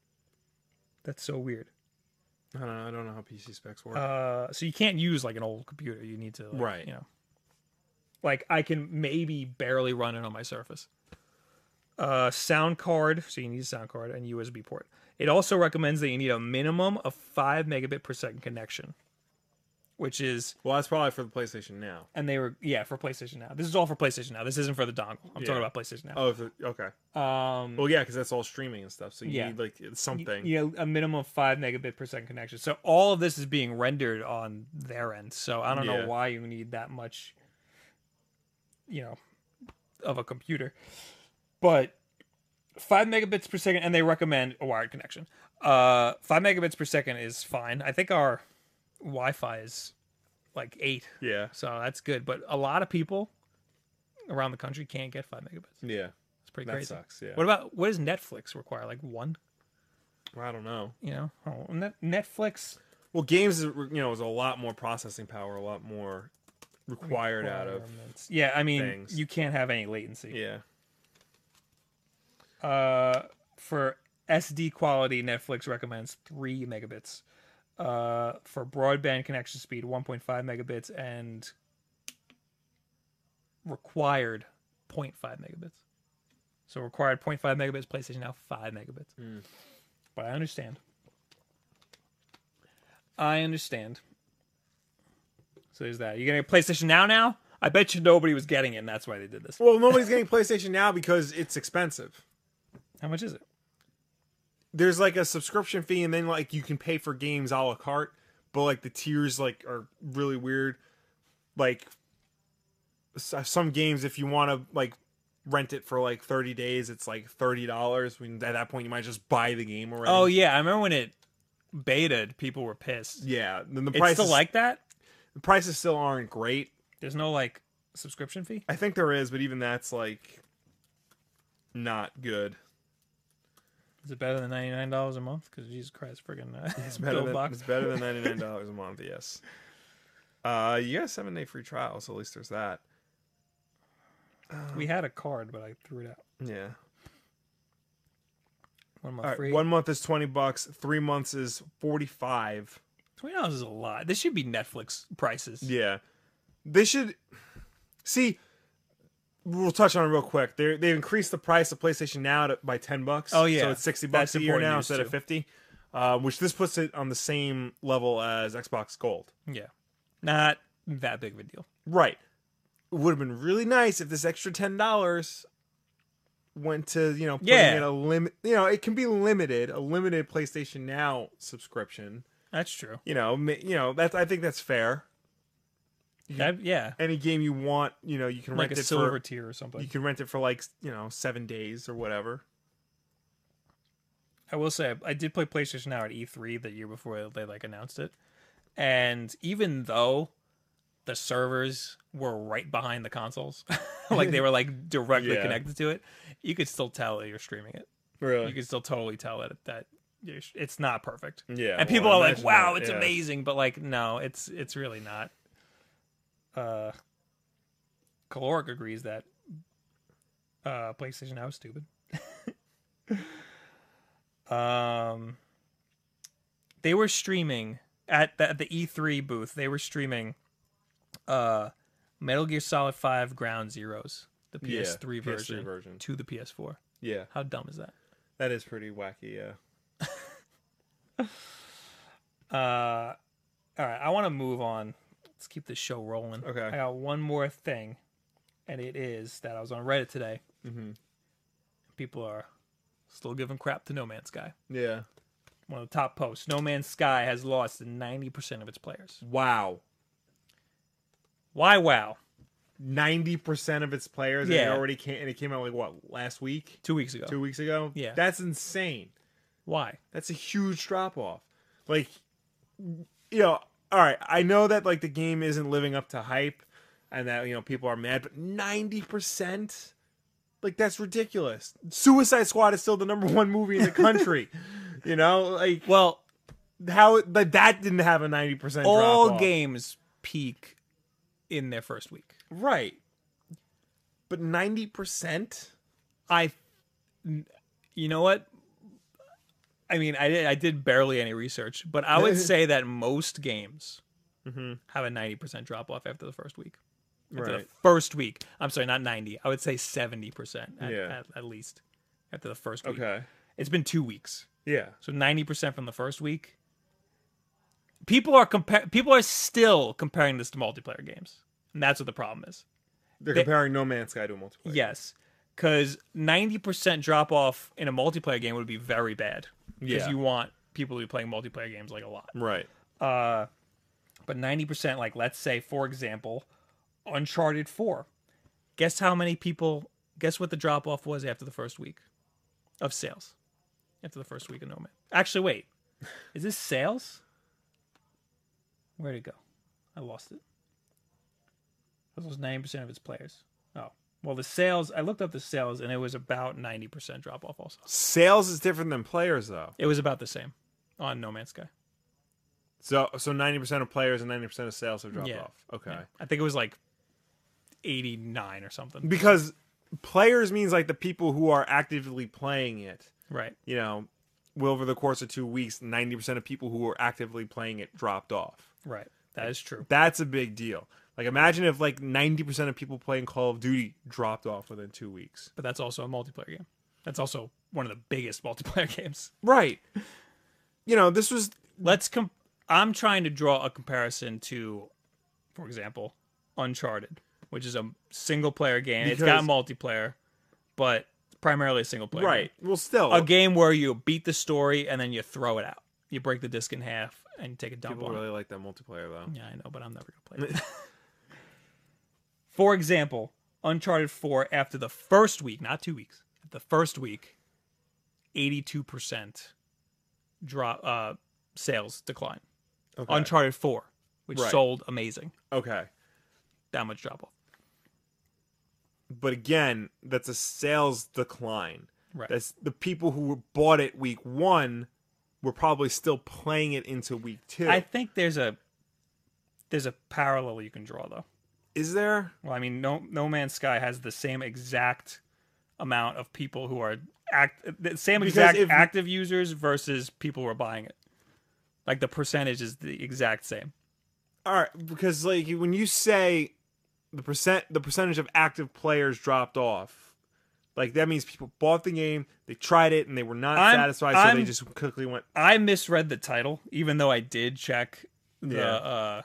That's so weird.
I don't know. I don't know how PC specs work.
Uh, so you can't use like an old computer. You need to, like,
Right.
You know, like I can maybe barely run it on my Surface. Uh, sound card. So you need a sound card and USB port. It also recommends that you need a minimum of five megabit per second connection, which is
well, that's probably for the PlayStation now.
and they were yeah for PlayStation Now. This is all for PlayStation Now. This isn't for the dongle. I'm
Yeah.
talking about PlayStation Now.
Oh, if it, okay.
Um,
Well, yeah, because that's all streaming and stuff. So you
Yeah.
need like it's something.
you know, a minimum of five megabit per second connection. So all of this is being rendered on their end. So I don't
Yeah.
know why you need that much, you know, of a computer. But five megabits per second, and they recommend a wired connection. Uh, five megabits per second is fine. I think our Wi-Fi is like eight,
Yeah.
so that's good. But a lot of people around the country can't get five megabits.
Yeah.
It's pretty
That
crazy.
sucks. Yeah.
What about what does Netflix require? Like one?
I don't know.
you know oh, Net- netflix
Well, games, is, you know, is a lot more processing power, a lot more required out of.
requirements. yeah i mean
things.
you can't have any latency
Yeah.
uh for sd quality netflix recommends 3 megabits uh for broadband connection speed 1.5 megabits and required 0.5 megabits so required 0.5 megabits playstation now 5 megabits
Mm.
but i understand i understand so there's that you getting a playstation now now i bet you nobody was getting it and that's why they did this
Well, nobody's getting PlayStation now because it's expensive.
how much is it
There's like a subscription fee, and then like you can pay for games a la carte, but like the tiers like are really weird. Like s- uh, some games, if you want to like rent it for like 30 days, it's like thirty dollars. At that point, you might just buy the game already.
Oh yeah, I remember when it betaed, people were pissed.
yeah. Then the
It's
prices
still like that.
the prices still aren't great.
There's no like subscription fee.
I think there is, but even that's like not good.
Is it better than ninety nine dollars a month? Because Jesus Christ, friggin' uh,
It's better
bill
than
box.
it's better than ninety nine dollars a month. Yes. Uh, you got a seven day free trial, so at least there's that.
We had a card, but I threw it out.
Yeah.
One month
All right.
free.
One month is twenty bucks. Three months is forty five.
Twenty dollars is a lot. This should be Netflix prices.
Yeah. They should see. We'll touch on it real quick. They they increased the price of PlayStation Now to, by ten bucks.
Oh, yeah.
so it's sixty bucks
That's
a year
important
now
news,
instead of
too.
fifty, uh, which this puts it on the same level as Xbox Gold.
Yeah. Not that big of a deal.
Right. It would have been really nice if this extra ten dollars went to you know putting
Yeah.
in a limit. You know, it can be limited, a limited PlayStation Now subscription.
That's true.
You know, ma- you know that's I think that's fair.
That- yeah,
Any game you want, you know, you can
like a
rent it
silver
for.
tier or something.
You can rent it for like you know seven days or whatever.
I will say I did play PlayStation Now at E3 the year before they like announced it, and even though the servers were right behind the consoles, like they were like directly
Yeah.
connected to it, you could still tell that you're streaming it. You
Really?
could still totally tell that that you're, it's not perfect.
yeah.
and
well,
people
I
are like,
imagine
"Wow,
that,
it's
yeah.
amazing," but like, no, it's it's really not. Uh, Caloric agrees that uh, PlayStation Now is stupid. um, they were streaming at the, at the E3 booth. They were streaming uh, Metal Gear Solid Five Ground Zeroes, the
Yeah,
PS3 version,
PS3 version.
to the PS4.
Yeah,
How dumb is that?
that is pretty wacky. Yeah.
Uh, all right, I want to move on. Let's keep this show rolling.
Okay.
I got one more thing, and it is that I was on Reddit today.
Mm-hmm.
People are still giving crap to No Man's Sky.
Yeah.
One of the top posts. No Man's Sky has lost 90% of its players.
Wow.
Why wow?
Ninety percent of its players. Yeah.
Yeah.
already came, and it came out like what last week.
Two weeks ago.
two weeks ago.
Oh. Yeah.
that's insane.
Why?
That's a huge drop off. Like, you know, all right. I know that like the game isn't living up to hype, and that you know people are mad, but ninety percent, like that's ridiculous. Suicide Squad is still the number one movie in the country. you know, like
Well,
how like, that didn't have a ninety percent
All games peak in their first week.
right? But ninety percent.
I, you know what? I mean, I did I did barely any research, but I would say that most games have a ninety percent drop off after the first week. After
Mm-hmm. Right.
the first week, I'm sorry, not ninety. I would say seventy percent at,
Yeah.
at, at least after the first week.
Okay.
It's been two weeks,
Yeah.
so ninety percent from the first week. People are compar- People are still comparing this to multiplayer games, and that's what the problem is.
They're
They-
comparing No Man's Sky to a multiplayer.
Yes, because ninety percent drop off in a multiplayer game would be very bad. Because
Yeah.
you want people to be playing multiplayer games like a lot.
Right.
Uh, but ninety percent, like let's say for example, Uncharted Four. Guess how many people? Guess what the drop off was after the first week of sales? After the first week of No Man. Actually, wait, is this sales? Where'd it go? I lost it. This was ninety percent of its players. Oh, well, the sales. I looked up the sales, and it was about ninety percent drop off. Also,
Sales is different than players though.
it was about the same on No Man's Sky.
So so ninety percent of players and ninety percent of sales have dropped
Yeah.
off. Okay.
Yeah. I think it was like 89 or something.
Because players means like the people who are actively playing it.
Right.
You know, will over the course of two weeks, ninety percent of people who were actively playing it dropped off.
Right. That is true.
That's a big deal. Like imagine if like ninety percent of people playing Call of Duty dropped off within two weeks.
But that's also a multiplayer game. That's also one of the biggest multiplayer games.
Right. You know, this was
Let's com I'm trying to draw a comparison to for example, Uncharted, which is a single player game. it's got
Because-
multiplayer, but primarily a single player.
right.
game.
Well, still,
A game where you beat the story and then you throw it out. You break the disc in half and you take a dump
people
on it.
really like that multiplayer though.
Yeah, I know, but I'm never gonna play it. For example, Uncharted 4 after the first week, not two weeks, the first week, 82% drop uh, sales decline.
Okay.
Uncharted 4, which
Right.
sold amazing,
okay.
that much drop off.
But again, that's a sales decline.
Right.
That's the people who bought it week one were probably still playing it into week two.
I think there's a there's a parallel you can draw though.
Is there?
Well, I mean, No No Man's Sky has the same exact amount of people who are act the same
Because
exact
if-
active users versus people who are buying it. Like the percentage is the exact same.
All right, because like when you say the percent, the percentage of active players dropped off, like that means people bought the game, they tried it, and they were not
I'm-
satisfied, so they
I'm-
just quickly went.
I misread the title, even though I did check the
Yeah.
uh,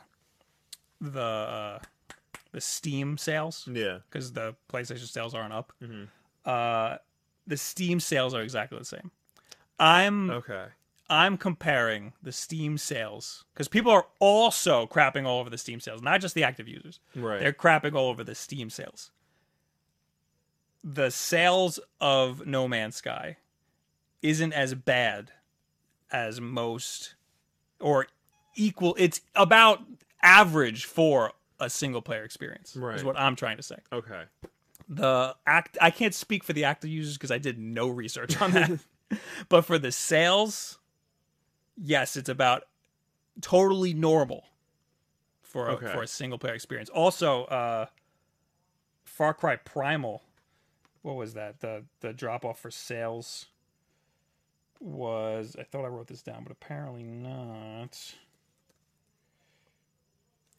the uh, the Steam sales
Yeah.
because the PlayStation sales aren't up.
Mm-hmm.
Uh, the Steam sales are exactly the same. I'm
Okay.
I'm comparing the Steam sales because people are also crapping all over the Steam sales, not just the active users.
Right.
They're crapping all over the Steam sales. The sales of No Man's Sky isn't as bad as most or equal. It's about average for a single player experience,
Right.
is what I'm trying to say
okay.
the act I can't speak for the active users because I did no research on that. but for the sales, yes, it's about totally normal for a,
Okay.
for a single player experience. Also, uh Far Cry Primal, what was that? The the drop off for sales was I thought I wrote this down, but apparently not.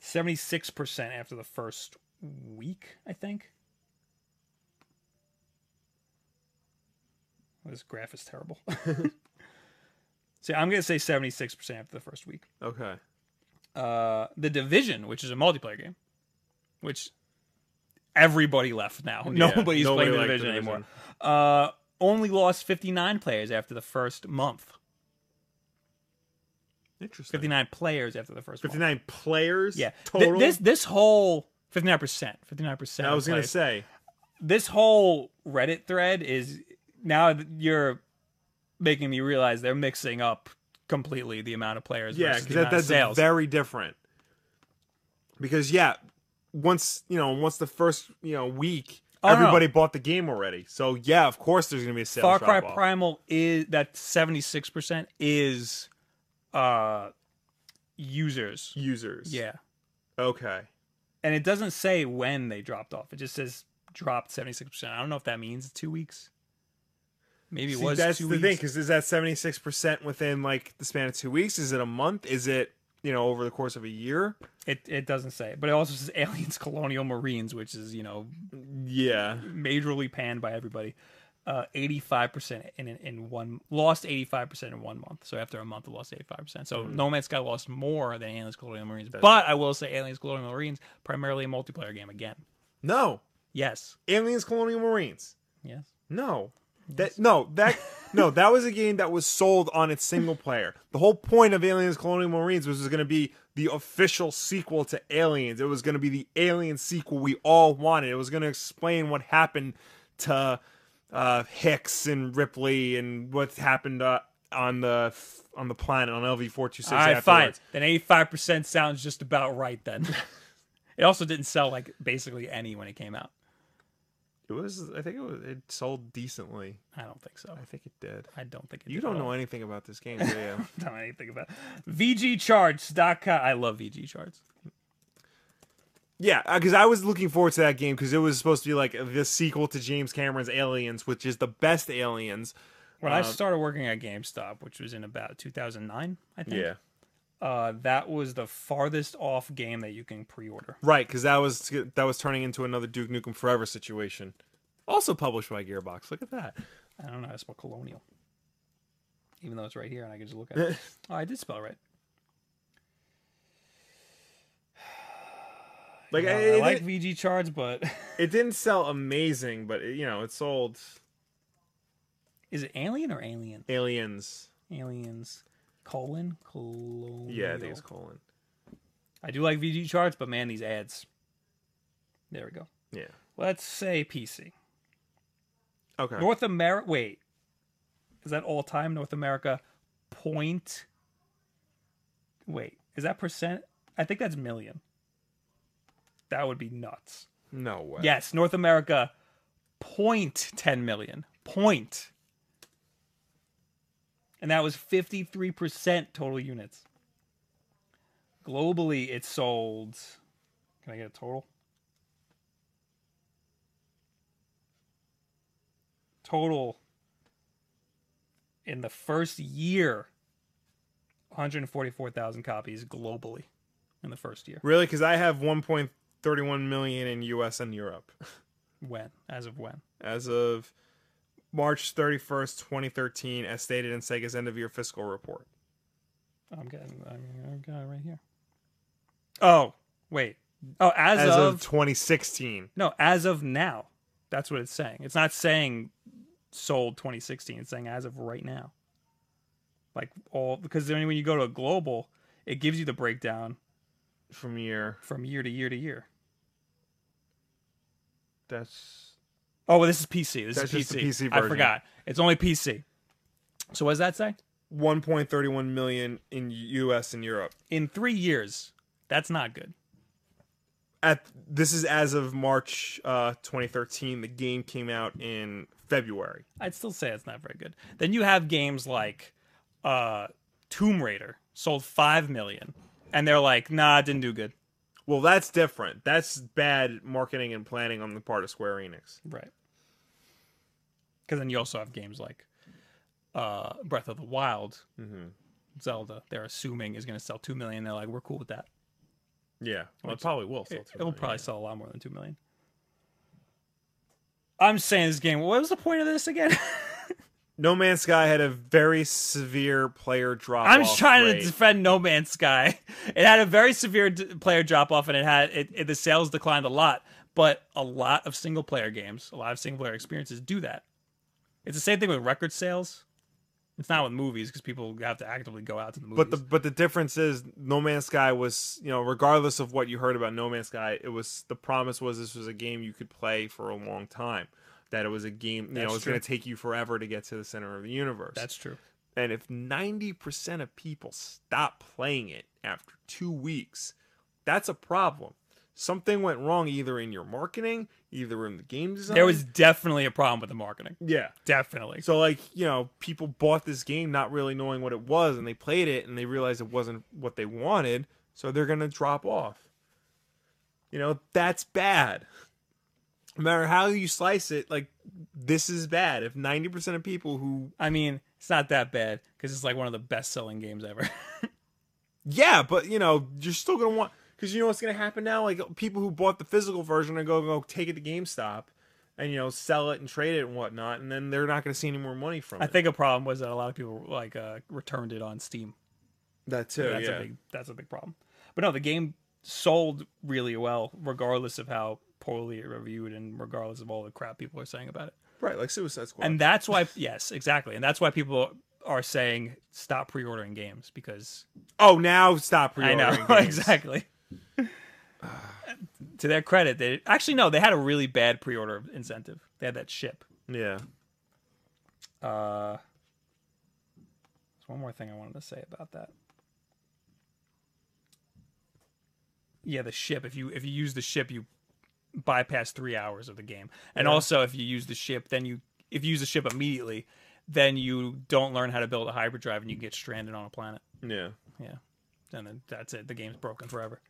76% after the first week, I think. This graph is terrible. so I'm going to say 76% after the first week.
Okay.
Uh, the Division, which is a multiplayer game, which everybody left now. Nobody's
nobody
playing the
liked
division,
Division.
anymore. Uh, only lost 59 players after the first month.
Interesting.
59 players after the first month.
Fifty-nine players.
Yeah. Th-
Total.
this this whole 59%, 59%.
I was gonna
players.
say.
this whole Reddit thread is now that you're making me realize they're mixing up completely the amount of players
Yeah,
versus
because
the
that,
amount
that's
of sales.
very different. Because yeah, once you know, once the first you know week,
Oh, no.
everybody bought the game already. So yeah, of course there's gonna be a sales
Far Cry
drop-off.
Primal is that 76% is uh users.
users.
Yeah.
Okay.
And it doesn't say when they dropped off. It just says dropped 76%. I don't know if that means 2 weeks. Maybe it
See,
was
that's
2
the
weeks.
thing because is that 76% within like the span of two weeks is it a month is it you know over the course of a year
It it doesn't say. But it also says aliens colonial marines, which is, you know,
yeah
majorly panned by everybody. Uh, 85% in, in in one lost 85% in one month. So after a month, it lost 85%. So No Man's Sky lost more than Aliens Colonial Marines. but I will say Aliens Colonial Marines primarily a multiplayer game again.
no
Yes,
aliens colonial marines
yes.
no that no that no that was a game that was sold on its single player the whole point of aliens colonial marines was, going to be the official sequel to aliens it was going to be the alien sequel we all wanted it was going to explain what happened to uh, Hicks and Ripley and what happened uh, on the on the planet on LV four two six.
All right, fine. Then 85% sounds just about right then. it also didn't sell like basically any when it came out.
It was. I think it was. It sold decently.
I don't think so.
I think it did.
I don't think it
You
did at
don't
all.
know anything about this game, do you?
don't know anything about VGCharts.com. I love VG charts.
yeah, because I was looking forward to that game because it was supposed to be like the sequel to James Cameron's Aliens, which is the best Aliens.
When
Um,
I started working at GameStop, which was in about 2009, I think, uh, that was the farthest off game that you can pre-order.
Right, because that was that was turning into another Duke Nukem Forever situation. Also published by Gearbox. Look at that.
I don't know how to spell colonial, even though it's right here and I can just look at it. oh, I did spell it right.
Like
I,
I,
I
it,
like
didn't-
VG charts, but
it didn't sell amazing, but it, you know it sold
is it alien or alien?
Aliens.
Aliens colon colonial.
Yeah, I think it's colon.
I do like VG charts, but man, these ads. There we go.
Yeah.
Let's say PC.
Okay.
North America. Wait, is that all time North America? Point. Wait, is that percent? I think that's million. That would be nuts.
No way.
Yes, North America, point ten million. Point. And that was fifty three percent total units. Globally, it sold. Can I get a total? Total in the first year, 144,000 copies globally in the first year.
Really? Because I have 1.31 million in U.S. and Europe
When? As of when?
as of March 31st, 2013, as stated in Sega's end-of-year fiscal report.
I'm getting. I mean, I've got it right here. Oh wait. Oh, as,
As
of,
of 2016.
no, as of now. That's what it's saying. It's not saying sold 2016. It's saying as of right now. Like all because then when you go to a global, it gives you the breakdown
From year.
from year to year to year.
That's
Oh, well, this is PC. This
That's
is
just
PC.
the PC
I
version.
forgot. It's only PC. So what does that say?
1.31 million in U.S. and Europe.
In three years, that's not good.
At this is as of March uh, 2013. The game came out in February.
I'd still say it's not very good. Then you have games like uh Tomb Raider sold 5 million and they're like, "Nah, it didn't do good."
Well, that's different. That's bad marketing and planning on the part of Square Enix.
Right. Cuz then you also have games like uh Breath of the Wild,
Mm-hmm.
Zelda, they're assuming is going to sell 2 million. They're like, "We're cool with that."
Yeah, well,
Which-
it probably will. sell
It,
through
it'll
that,
probably sell a lot more than 2 million. I'm saying this game, what was the point of this again?
No Man's Sky had a very severe player drop.
I'm trying to defend No Man's Sky. It had a very severe d- player drop off, and it had it, it- the sales declined a lot. But a lot of single player games, a lot of single player experiences do that. It's the same thing with record sales. It's not with movies because people have to actively go out to the movies.
but the but the difference is No Man's Sky was you know regardless of what you heard about No Man's Sky, it was the promise was this was a game you could play for a long time. That it was a game you know
That's
it was
true.
going to take you forever to get to the center of the universe.
that's true.
and if ninety percent of people stop playing it after two weeks, that's a problem. something went wrong either in your marketing, either in the game design.
There was definitely a problem with the marketing.
yeah.
Definitely.
So like, you know, people bought this game not really knowing what it was and they played it and they realized it wasn't what they wanted, so they're going to drop off. You know, that's bad. No matter how you slice it, like this is bad. If 90% of people who
I mean, it's not that bad because it's like one of the best selling games ever.
Yeah, but you know, you're still going to want cuz you know what's going to happen now? Like people who bought the physical version are going to go take it to GameStop and you know, sell it and trade it and whatnot, and then they're not going to see any more money from
I
it.
think a problem was that a lot of people like uh, returned it on Steam.
that too.
that's
yeah.
a big that's a big problem. But no, the game sold really well, regardless of how poorly it reviewed and regardless of all the crap people are saying about it.
right, like Suicide Squad.
And that's why yes, exactly. And that's why people are saying stop pre-ordering games because
Oh, now stop
I know
pre-ordering. games.
exactly. to their credit, they actually no, they had a really bad pre-order incentive. They had that ship.
Yeah.
Uh, there's one more thing I wanted to say about that. Yeah, the ship. If you if you use the ship, you bypass three hours of the game. And also, if you use the ship, then you if you use the ship immediately, then you don't learn how to build a hyperdrive, and you get stranded on a planet.
Yeah.
Yeah, and then that's it. The game's broken forever.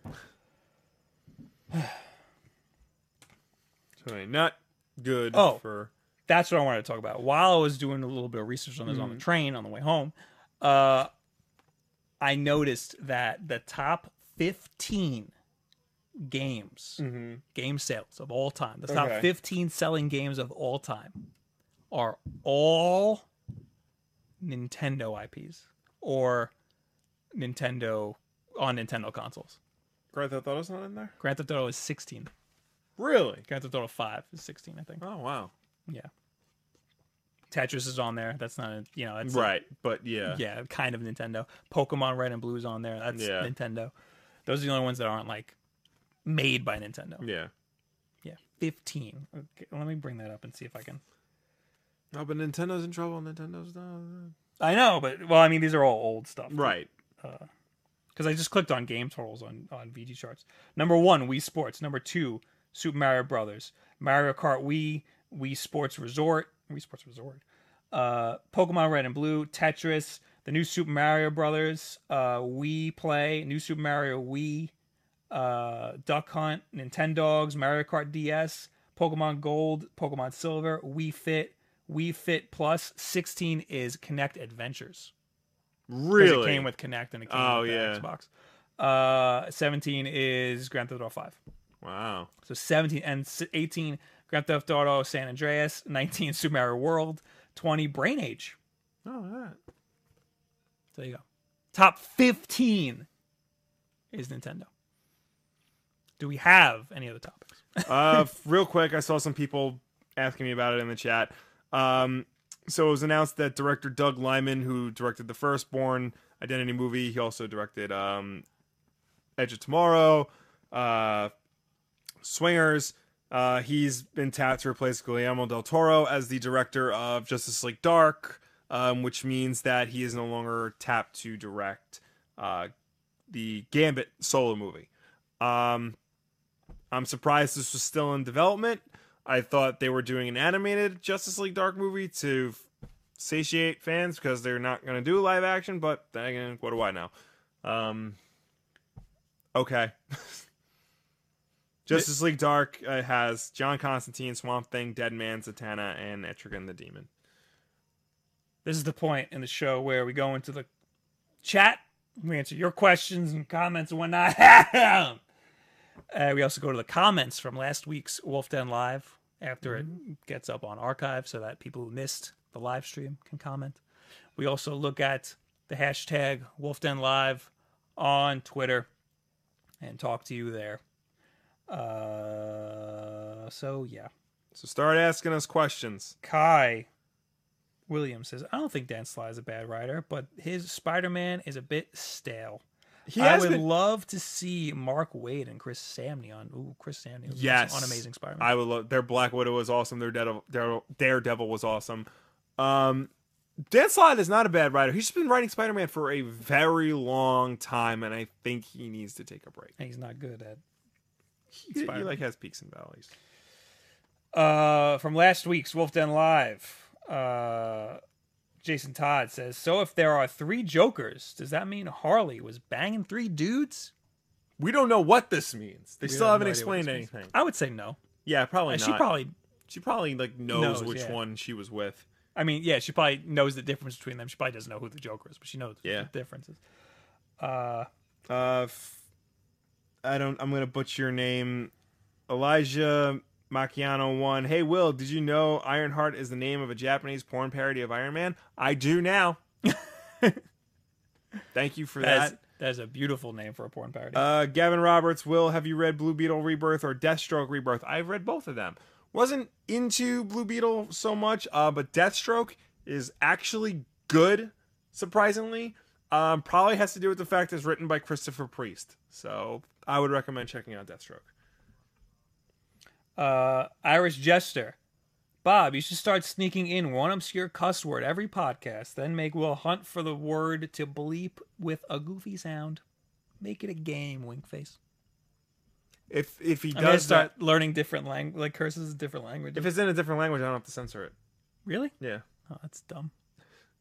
So anyway, not good
Oh.
for
that's what I wanted to talk about. While I was doing a little bit of research on this on the train on the way home, uh, I noticed that the top 15 games,
Mm-hmm.
game sales of all time, the top
Mm. Okay.
15 selling games of all time are all Nintendo IPs or Nintendo on Nintendo consoles.
Grand Theft Auto's not in there.
Grand Theft Auto is 16.
Really?
Grand Theft Auto 5 is 16, I think.
Oh wow.
Yeah. Tetris is on there. That's not a, you know, that's
Right, but yeah.
yeah, kind of Nintendo. Pokemon Red and Blue is on there. That's
Yeah.
Nintendo. Those are the only ones that aren't like made by Nintendo.
Yeah.
Yeah. 15. Okay, let me bring that up and see if I can.
No, Oh, but Nintendo's in trouble. Nintendo's not.
I know, but well, I mean, these are all old stuff.
Right.
Because I just clicked on game totals on, on VG charts. Number one, Wii Sports. Number two, Super Mario Brothers. Mario Kart Wii, Wii Sports Resort, Wii Sports Resort. Uh, Pokemon Red and Blue, Tetris, the new Super Mario Brothers, uh, Wii Play, New Super Mario Wii, uh, Duck Hunt, Nintendogs, Mario Kart DS, Pokemon Gold, Pokemon Silver, Wii Fit, Wii Fit Plus. 16 is Connect Adventures. 'Cause
Really?
It came with Connect and it came
Oh,
with the
yeah.
Xbox. Uh, 17 is Grand Theft Auto 5.
wow.
So 17 and s- 18 Grand Theft Auto San Andreas, 19 Super Mario World, 20 Brain Age.
Oh, that.
There you go. Top 15 is Nintendo. Do we have any other topics?
uh, f- real quick, I saw some people asking me about it in the chat. Um, so it was announced that director Doug Lyman, who directed the Firstborn Identity movie, he also directed um, Edge of Tomorrow, uh, Swingers. Uh, he's been tapped to replace Guillermo del Toro as the director of Justice League Dark, um, which means that he is no longer tapped to direct uh, the Gambit solo movie. Um, I'm surprised this was still in development. I thought they were doing an animated Justice League Dark movie to f- satiate fans because they're not going to do live action, but then again, what do I know? Um, okay. Justice League Dark uh, has John Constantine, Swamp Thing, Dead Man, Satana, and Etrigan the Demon.
This is the point in the show where we go into the chat, we answer your questions and comments and whatnot. uh, we also go to the comments from last week's Wolf Den Live after it gets up on archive so that people who missed the live stream can comment. We also look at the hashtag Wolf Den Live on Twitter and talk to you there. Uh, so, yeah.
So start asking us questions.
Kai Williams says, I don't think Dan Sly is a bad writer, but his Spider Man is a bit stale.
He
I
has
would
been-
love to see Mark Wade and Chris Samney on ooh, Chris Samney was
Yes.
on Amazing Spider Man.
I would love their Black Widow was awesome. Their Daredevil, Daredevil, Daredevil was awesome. Um, Dan Slott is not a bad writer. He's just been writing Spider Man for a very long time, and I think he needs to take a break.
He's not good at
He,
Inspired.
like has peaks and valleys.
Uh, from last week's Wolf Den Live, uh, Jason Todd says, "So if there are three Jokers, does that mean Harley was banging three dudes?"
We don't know what this means. They
We
still
have
haven't
no idea what
explained
this means.
anything.
I would say no.
Yeah, probably
And
not.
she probably,
she probably like knows,
Knows,
which
yeah.
one she was with.
I mean, yeah, she probably knows the difference between them. She probably doesn't know who the Joker is, but she knows
Yeah.
the differences. Uh,
Uh, f- I don't. I'm gonna butcher your name, Elijah Macchiano. One. Hey, Will, did you know Ironheart is the name of a Japanese porn parody of Iron Man? I do now. Thank you for
that's
that.
that's a beautiful name for a porn parody.
Uh, Gavin Roberts. Will, have you read Blue Beetle Rebirth or Deathstroke Rebirth? I've read both of them. Wasn't into Blue Beetle so much, uh, but Deathstroke is actually good, surprisingly. Um, probably has to do with the fact it's written by Christopher Priest. So I would recommend checking out Deathstroke.
uh, Irish Jester. Bob, you should start sneaking in one obscure cuss word every podcast, then make Will hunt for the word to bleep with a goofy sound. Make it a game, wink face.
If if he
I'm gonna
does
start learning different language, like curses in different
that, if
languages.
it's in a different language, I don't have to censor it.
really?
Yeah.
Oh, that's dumb.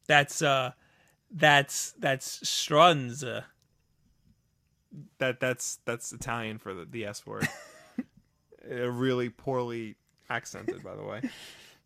That's uh, that's that's Strunz. uh,
that that's that's Italian for the, the S word. Uh, really poorly accented, by the way.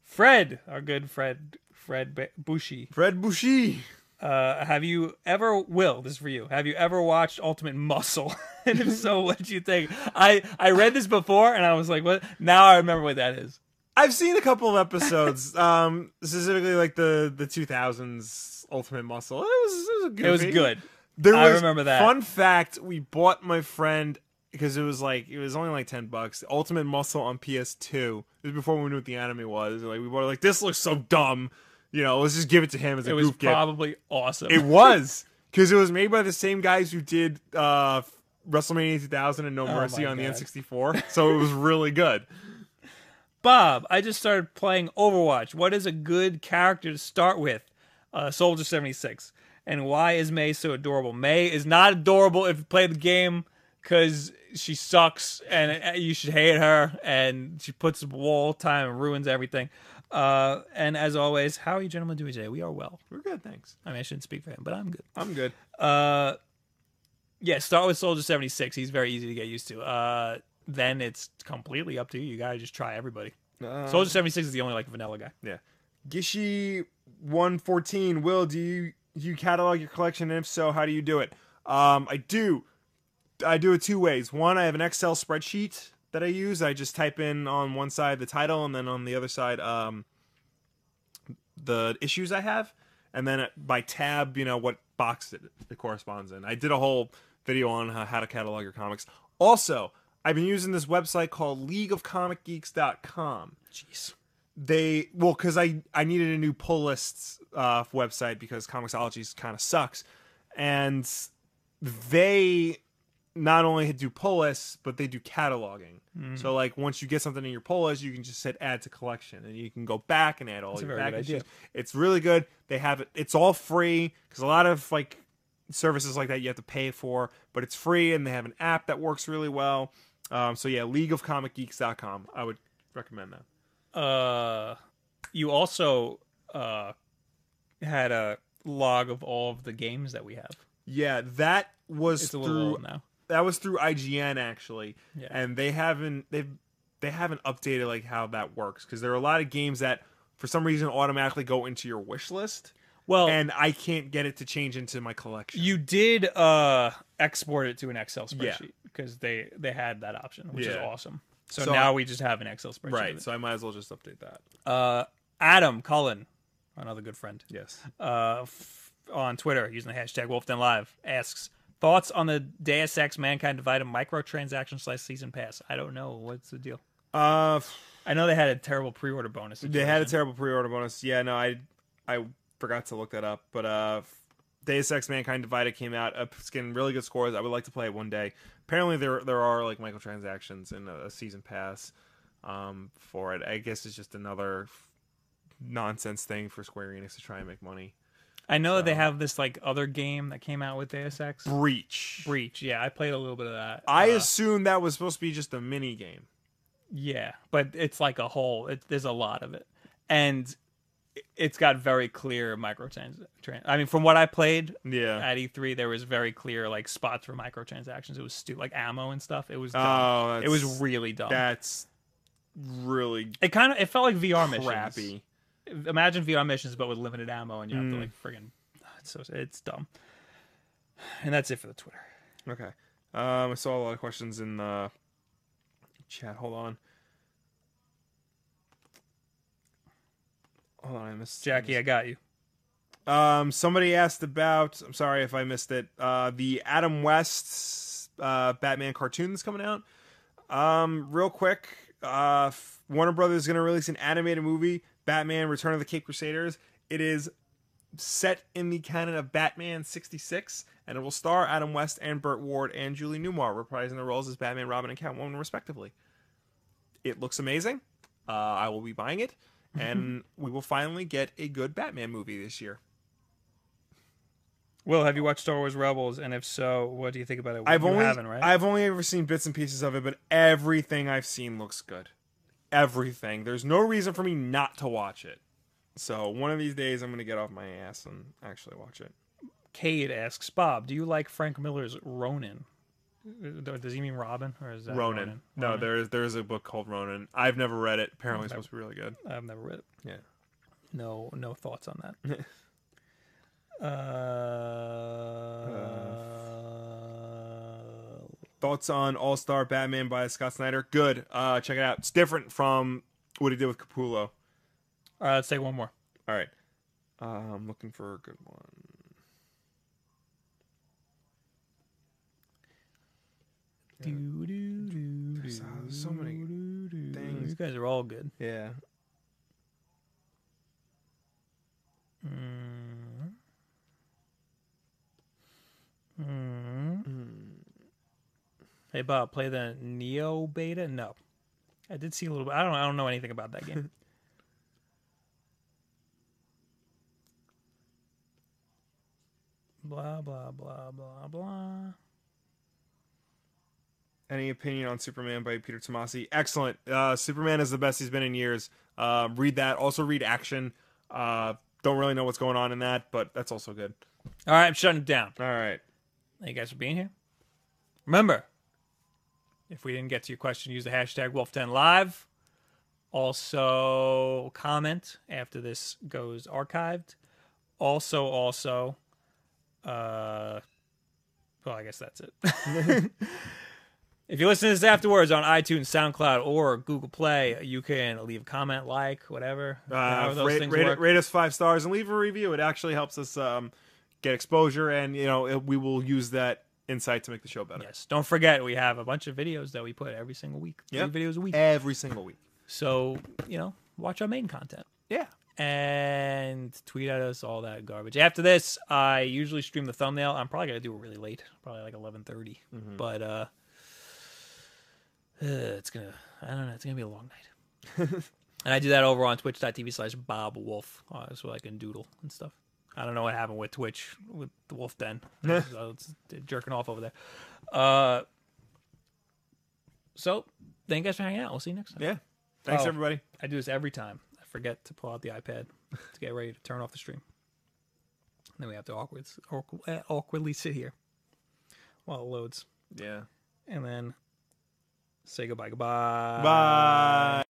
Fred, our good Fred, Fred B- Bushy.
Fred Bushy.
Uh, have you ever will this is for you? Have you ever watched Ultimate Muscle? and if so, what did you think? I I read this before and I was like, what? Now I remember what that is.
I've seen a couple of episodes, um, specifically like the the 2000s Ultimate Muscle. It was it was,
It was
goofy.
good.
There
I
was-
remember that.
Fun fact: We bought my friend because it was like it was only like ten bucks. Ultimate Muscle on PS2. It was before we knew what the anime was. Like we bought it like this looks so dumb. You know, let's just give it to him as a
It was
goof gift.
probably awesome.
It was because it was made by the same guys who did uh, WrestleMania 2000 and No Mercy
Oh my
on
God.
the N64. So it was really good.
Bob, I just started playing Overwatch. What is a good character to start with? Uh, Soldier 76. And why is May so adorable? May is not adorable if you play the game because she sucks and uh, you should hate her and she puts up wall time and ruins everything. Uh, and as always, how are you gentlemen doing today? We are well.
We're good, thanks.
I mean, I shouldn't speak for him, but I'm good.
I'm good.
Uh, yeah, start with Soldier 76. He's very easy to get used to. Uh, then it's completely up to you. You got to just try everybody.
Uh,
Soldier 76 is the only like vanilla guy.
Yeah. Gishi one fourteen. Will do you you catalog your collection? And if so, how do you do it? Um, I do. I do it two ways. One, I have an Excel spreadsheet that I use. I just type in on one side the title, and then on the other side, um, the issues I have, and then by tab, you know what box it, it corresponds in. I did a whole video on how, how to catalog your comics. Also, I've been using this website called LeagueOfComicGeeks.com
Jeez.
they well because i i needed a new pull lists uh website because comicsology kind of sucks and they not only do pull lists but they do cataloging
Mm-hmm.
so like once you get something in your pull list you can just hit add to collection and you can go back and add all
That's a
your
very
back
good
issues.
idea.
it's really good they have it it's all free because a lot of like services like that you have to pay for but it's free and they have an app that works really well um, so yeah leagueofcomicgeeks.com i would recommend that
Uh, you also uh had a log of all of the games that we have.
Yeah, that was
It's a little
through
old now.
that was through IGN actually,
Yeah.
and they haven't they've they haven't updated like how that works because there are a lot of games that for some reason automatically go into your wish list,
Well,
and I can't get it to change into my collection.
Oh. you did uh export it to an Excel
Yeah.
spreadsheet because they they had that option, which is
Yeah.
awesome. So,
So-
now we just have an Excel spreadsheet.
right, so I might as well just update that.
Uh, Adam Cullen, another good friend.
Yes.
uh, f- on Twitter using the hashtag WolfDenLive asks thoughts on the Deus Ex Mankind Divided microtransaction slash season pass. I don't know what's the deal.
Uh,
I know they had a terrible pre-order bonus.
They had a
situation.
terrible pre-order bonus. Yeah, no, I I forgot to look that up, but uh Deus Ex Mankind Divided came out. Uh, It's getting really good scores. I would like to play it one day. Apparently there there are like microtransactions and a, a season pass um for it. I guess it's just another nonsense thing for Square Enix to try and make money.
I know they have this like other game that came out with Deus Ex
Breach.
Breach. Yeah, I played a little bit of that.
Oh. I
Uh,
assume that was supposed to be just a mini game.
Yeah, but it's like a whole. It, there's a lot of it, and it- it's got very clear microtrans. tran- I mean, from what I played
Yeah.
at E3, there was very clear like spots for microtransactions. It was stu- like ammo and stuff. It was dumb.
Oh, that's,
it was really dumb.
that's really
it kind of it felt like VR missions.
crappy.
Imagine VR missions, but with limited ammo, and you have to
Mm.
like friggin' it's so it's dumb. And that's it for the Twitter.
Okay. Um, I saw a lot of questions in the chat. Hold on. Hold on, I missed
Jackie, I got you.
Um, somebody asked about. I'm sorry if I missed it. Uh, the Adam West uh, Batman cartoon that's coming out. Um, real quick, uh, f- Warner Brothers is going to release an animated movie, Batman: Return of the Cape Crusaders. It is set in the canon of Batman '66, and it will star Adam West and Burt Ward and Julie Newmar reprising their roles as Batman, Robin, and Catwoman, respectively. It looks amazing. Uh, I will be buying it, and we will finally get a good Batman movie this year.
Will, have you watched Star Wars Rebels? And if so, what do you think about it?
I've
you
only
haven't, right?
I've only ever seen bits and pieces of it, but everything I've seen looks good. Everything. There's no reason for me not to watch it. So one of these days, I'm gonna get off my ass and actually watch it.
Cade asks Bob, "Do you like Frank Miller's Ronin? Uh, Does he mean Robin or is that
Ronin.
Uh, Ronin?
No, there's there's a book called Ronin. I've never read it. Apparently, it's supposed to be really good.
I've never read it.
Yeah.
No, no thoughts on that. uh, Uh,
Thoughts on All Star Batman by Scott Snyder? Good. Uh, check it out. It's different from what he did with Capullo.
all right, let's take one more.
All right. Uh, I'm looking for a good one.
Do, do, do,
There's so-
do,
there's so many
do, do.
things.
You guys are all good.
Yeah. Mm-hmm.
Mm. Mm. Hey Bob, play the Neo Beta? No, I did see a little bit. I don't. I don't know anything about that game. blah blah blah blah blah.
Any opinion on Superman by Peter Tomasi? Excellent. Uh, Superman is the best he's been in years. Uh, read that. Also read Action. Uh, don't really know what's going on in that, but that's also good.
All right, I'm shutting it down.
All right.
Thank you guys for being here. Remember, if we didn't get to your question, use the hashtag Wolf10Live. Also, comment after this goes archived. Also, also, uh, well, I guess that's it. if you listen to this afterwards on iTunes, SoundCloud, or Google Play, you can leave a comment, like, whatever.
Uh,
however those
rate,
things
rate,
work.
rate us five stars and leave a review. It actually helps us um, get exposure, and you know it, we will use that insight to make the show better
Yes. Don't forget, we have a bunch of videos that we put every single week. Three
Yep.
videos a week.
every single week.
So, you know, watch our main content
Yeah.
and tweet at us all that garbage. After this, I usually stream the thumbnail. I'm probably going to do it really late, probably like 11:30. But uh, uh, it's going to I don't know, it's going to be a long night. and I do that over on twitch.tv slash Bob Wolf. Uh, so I can doodle and stuff. I don't know what happened with Twitch with the Wolf Den. so it's jerking off over there. Uh, so thank you guys for hanging out. We'll see you next time.
Yeah. Thanks,
Oh.
everybody.
I do this every time. I forget to pull out the iPad to get ready to turn off the stream. And then we have to awkward, awkward, eh, awkwardly sit here while it loads
Yeah.
and then say goodbye. Goodbye.
Bye.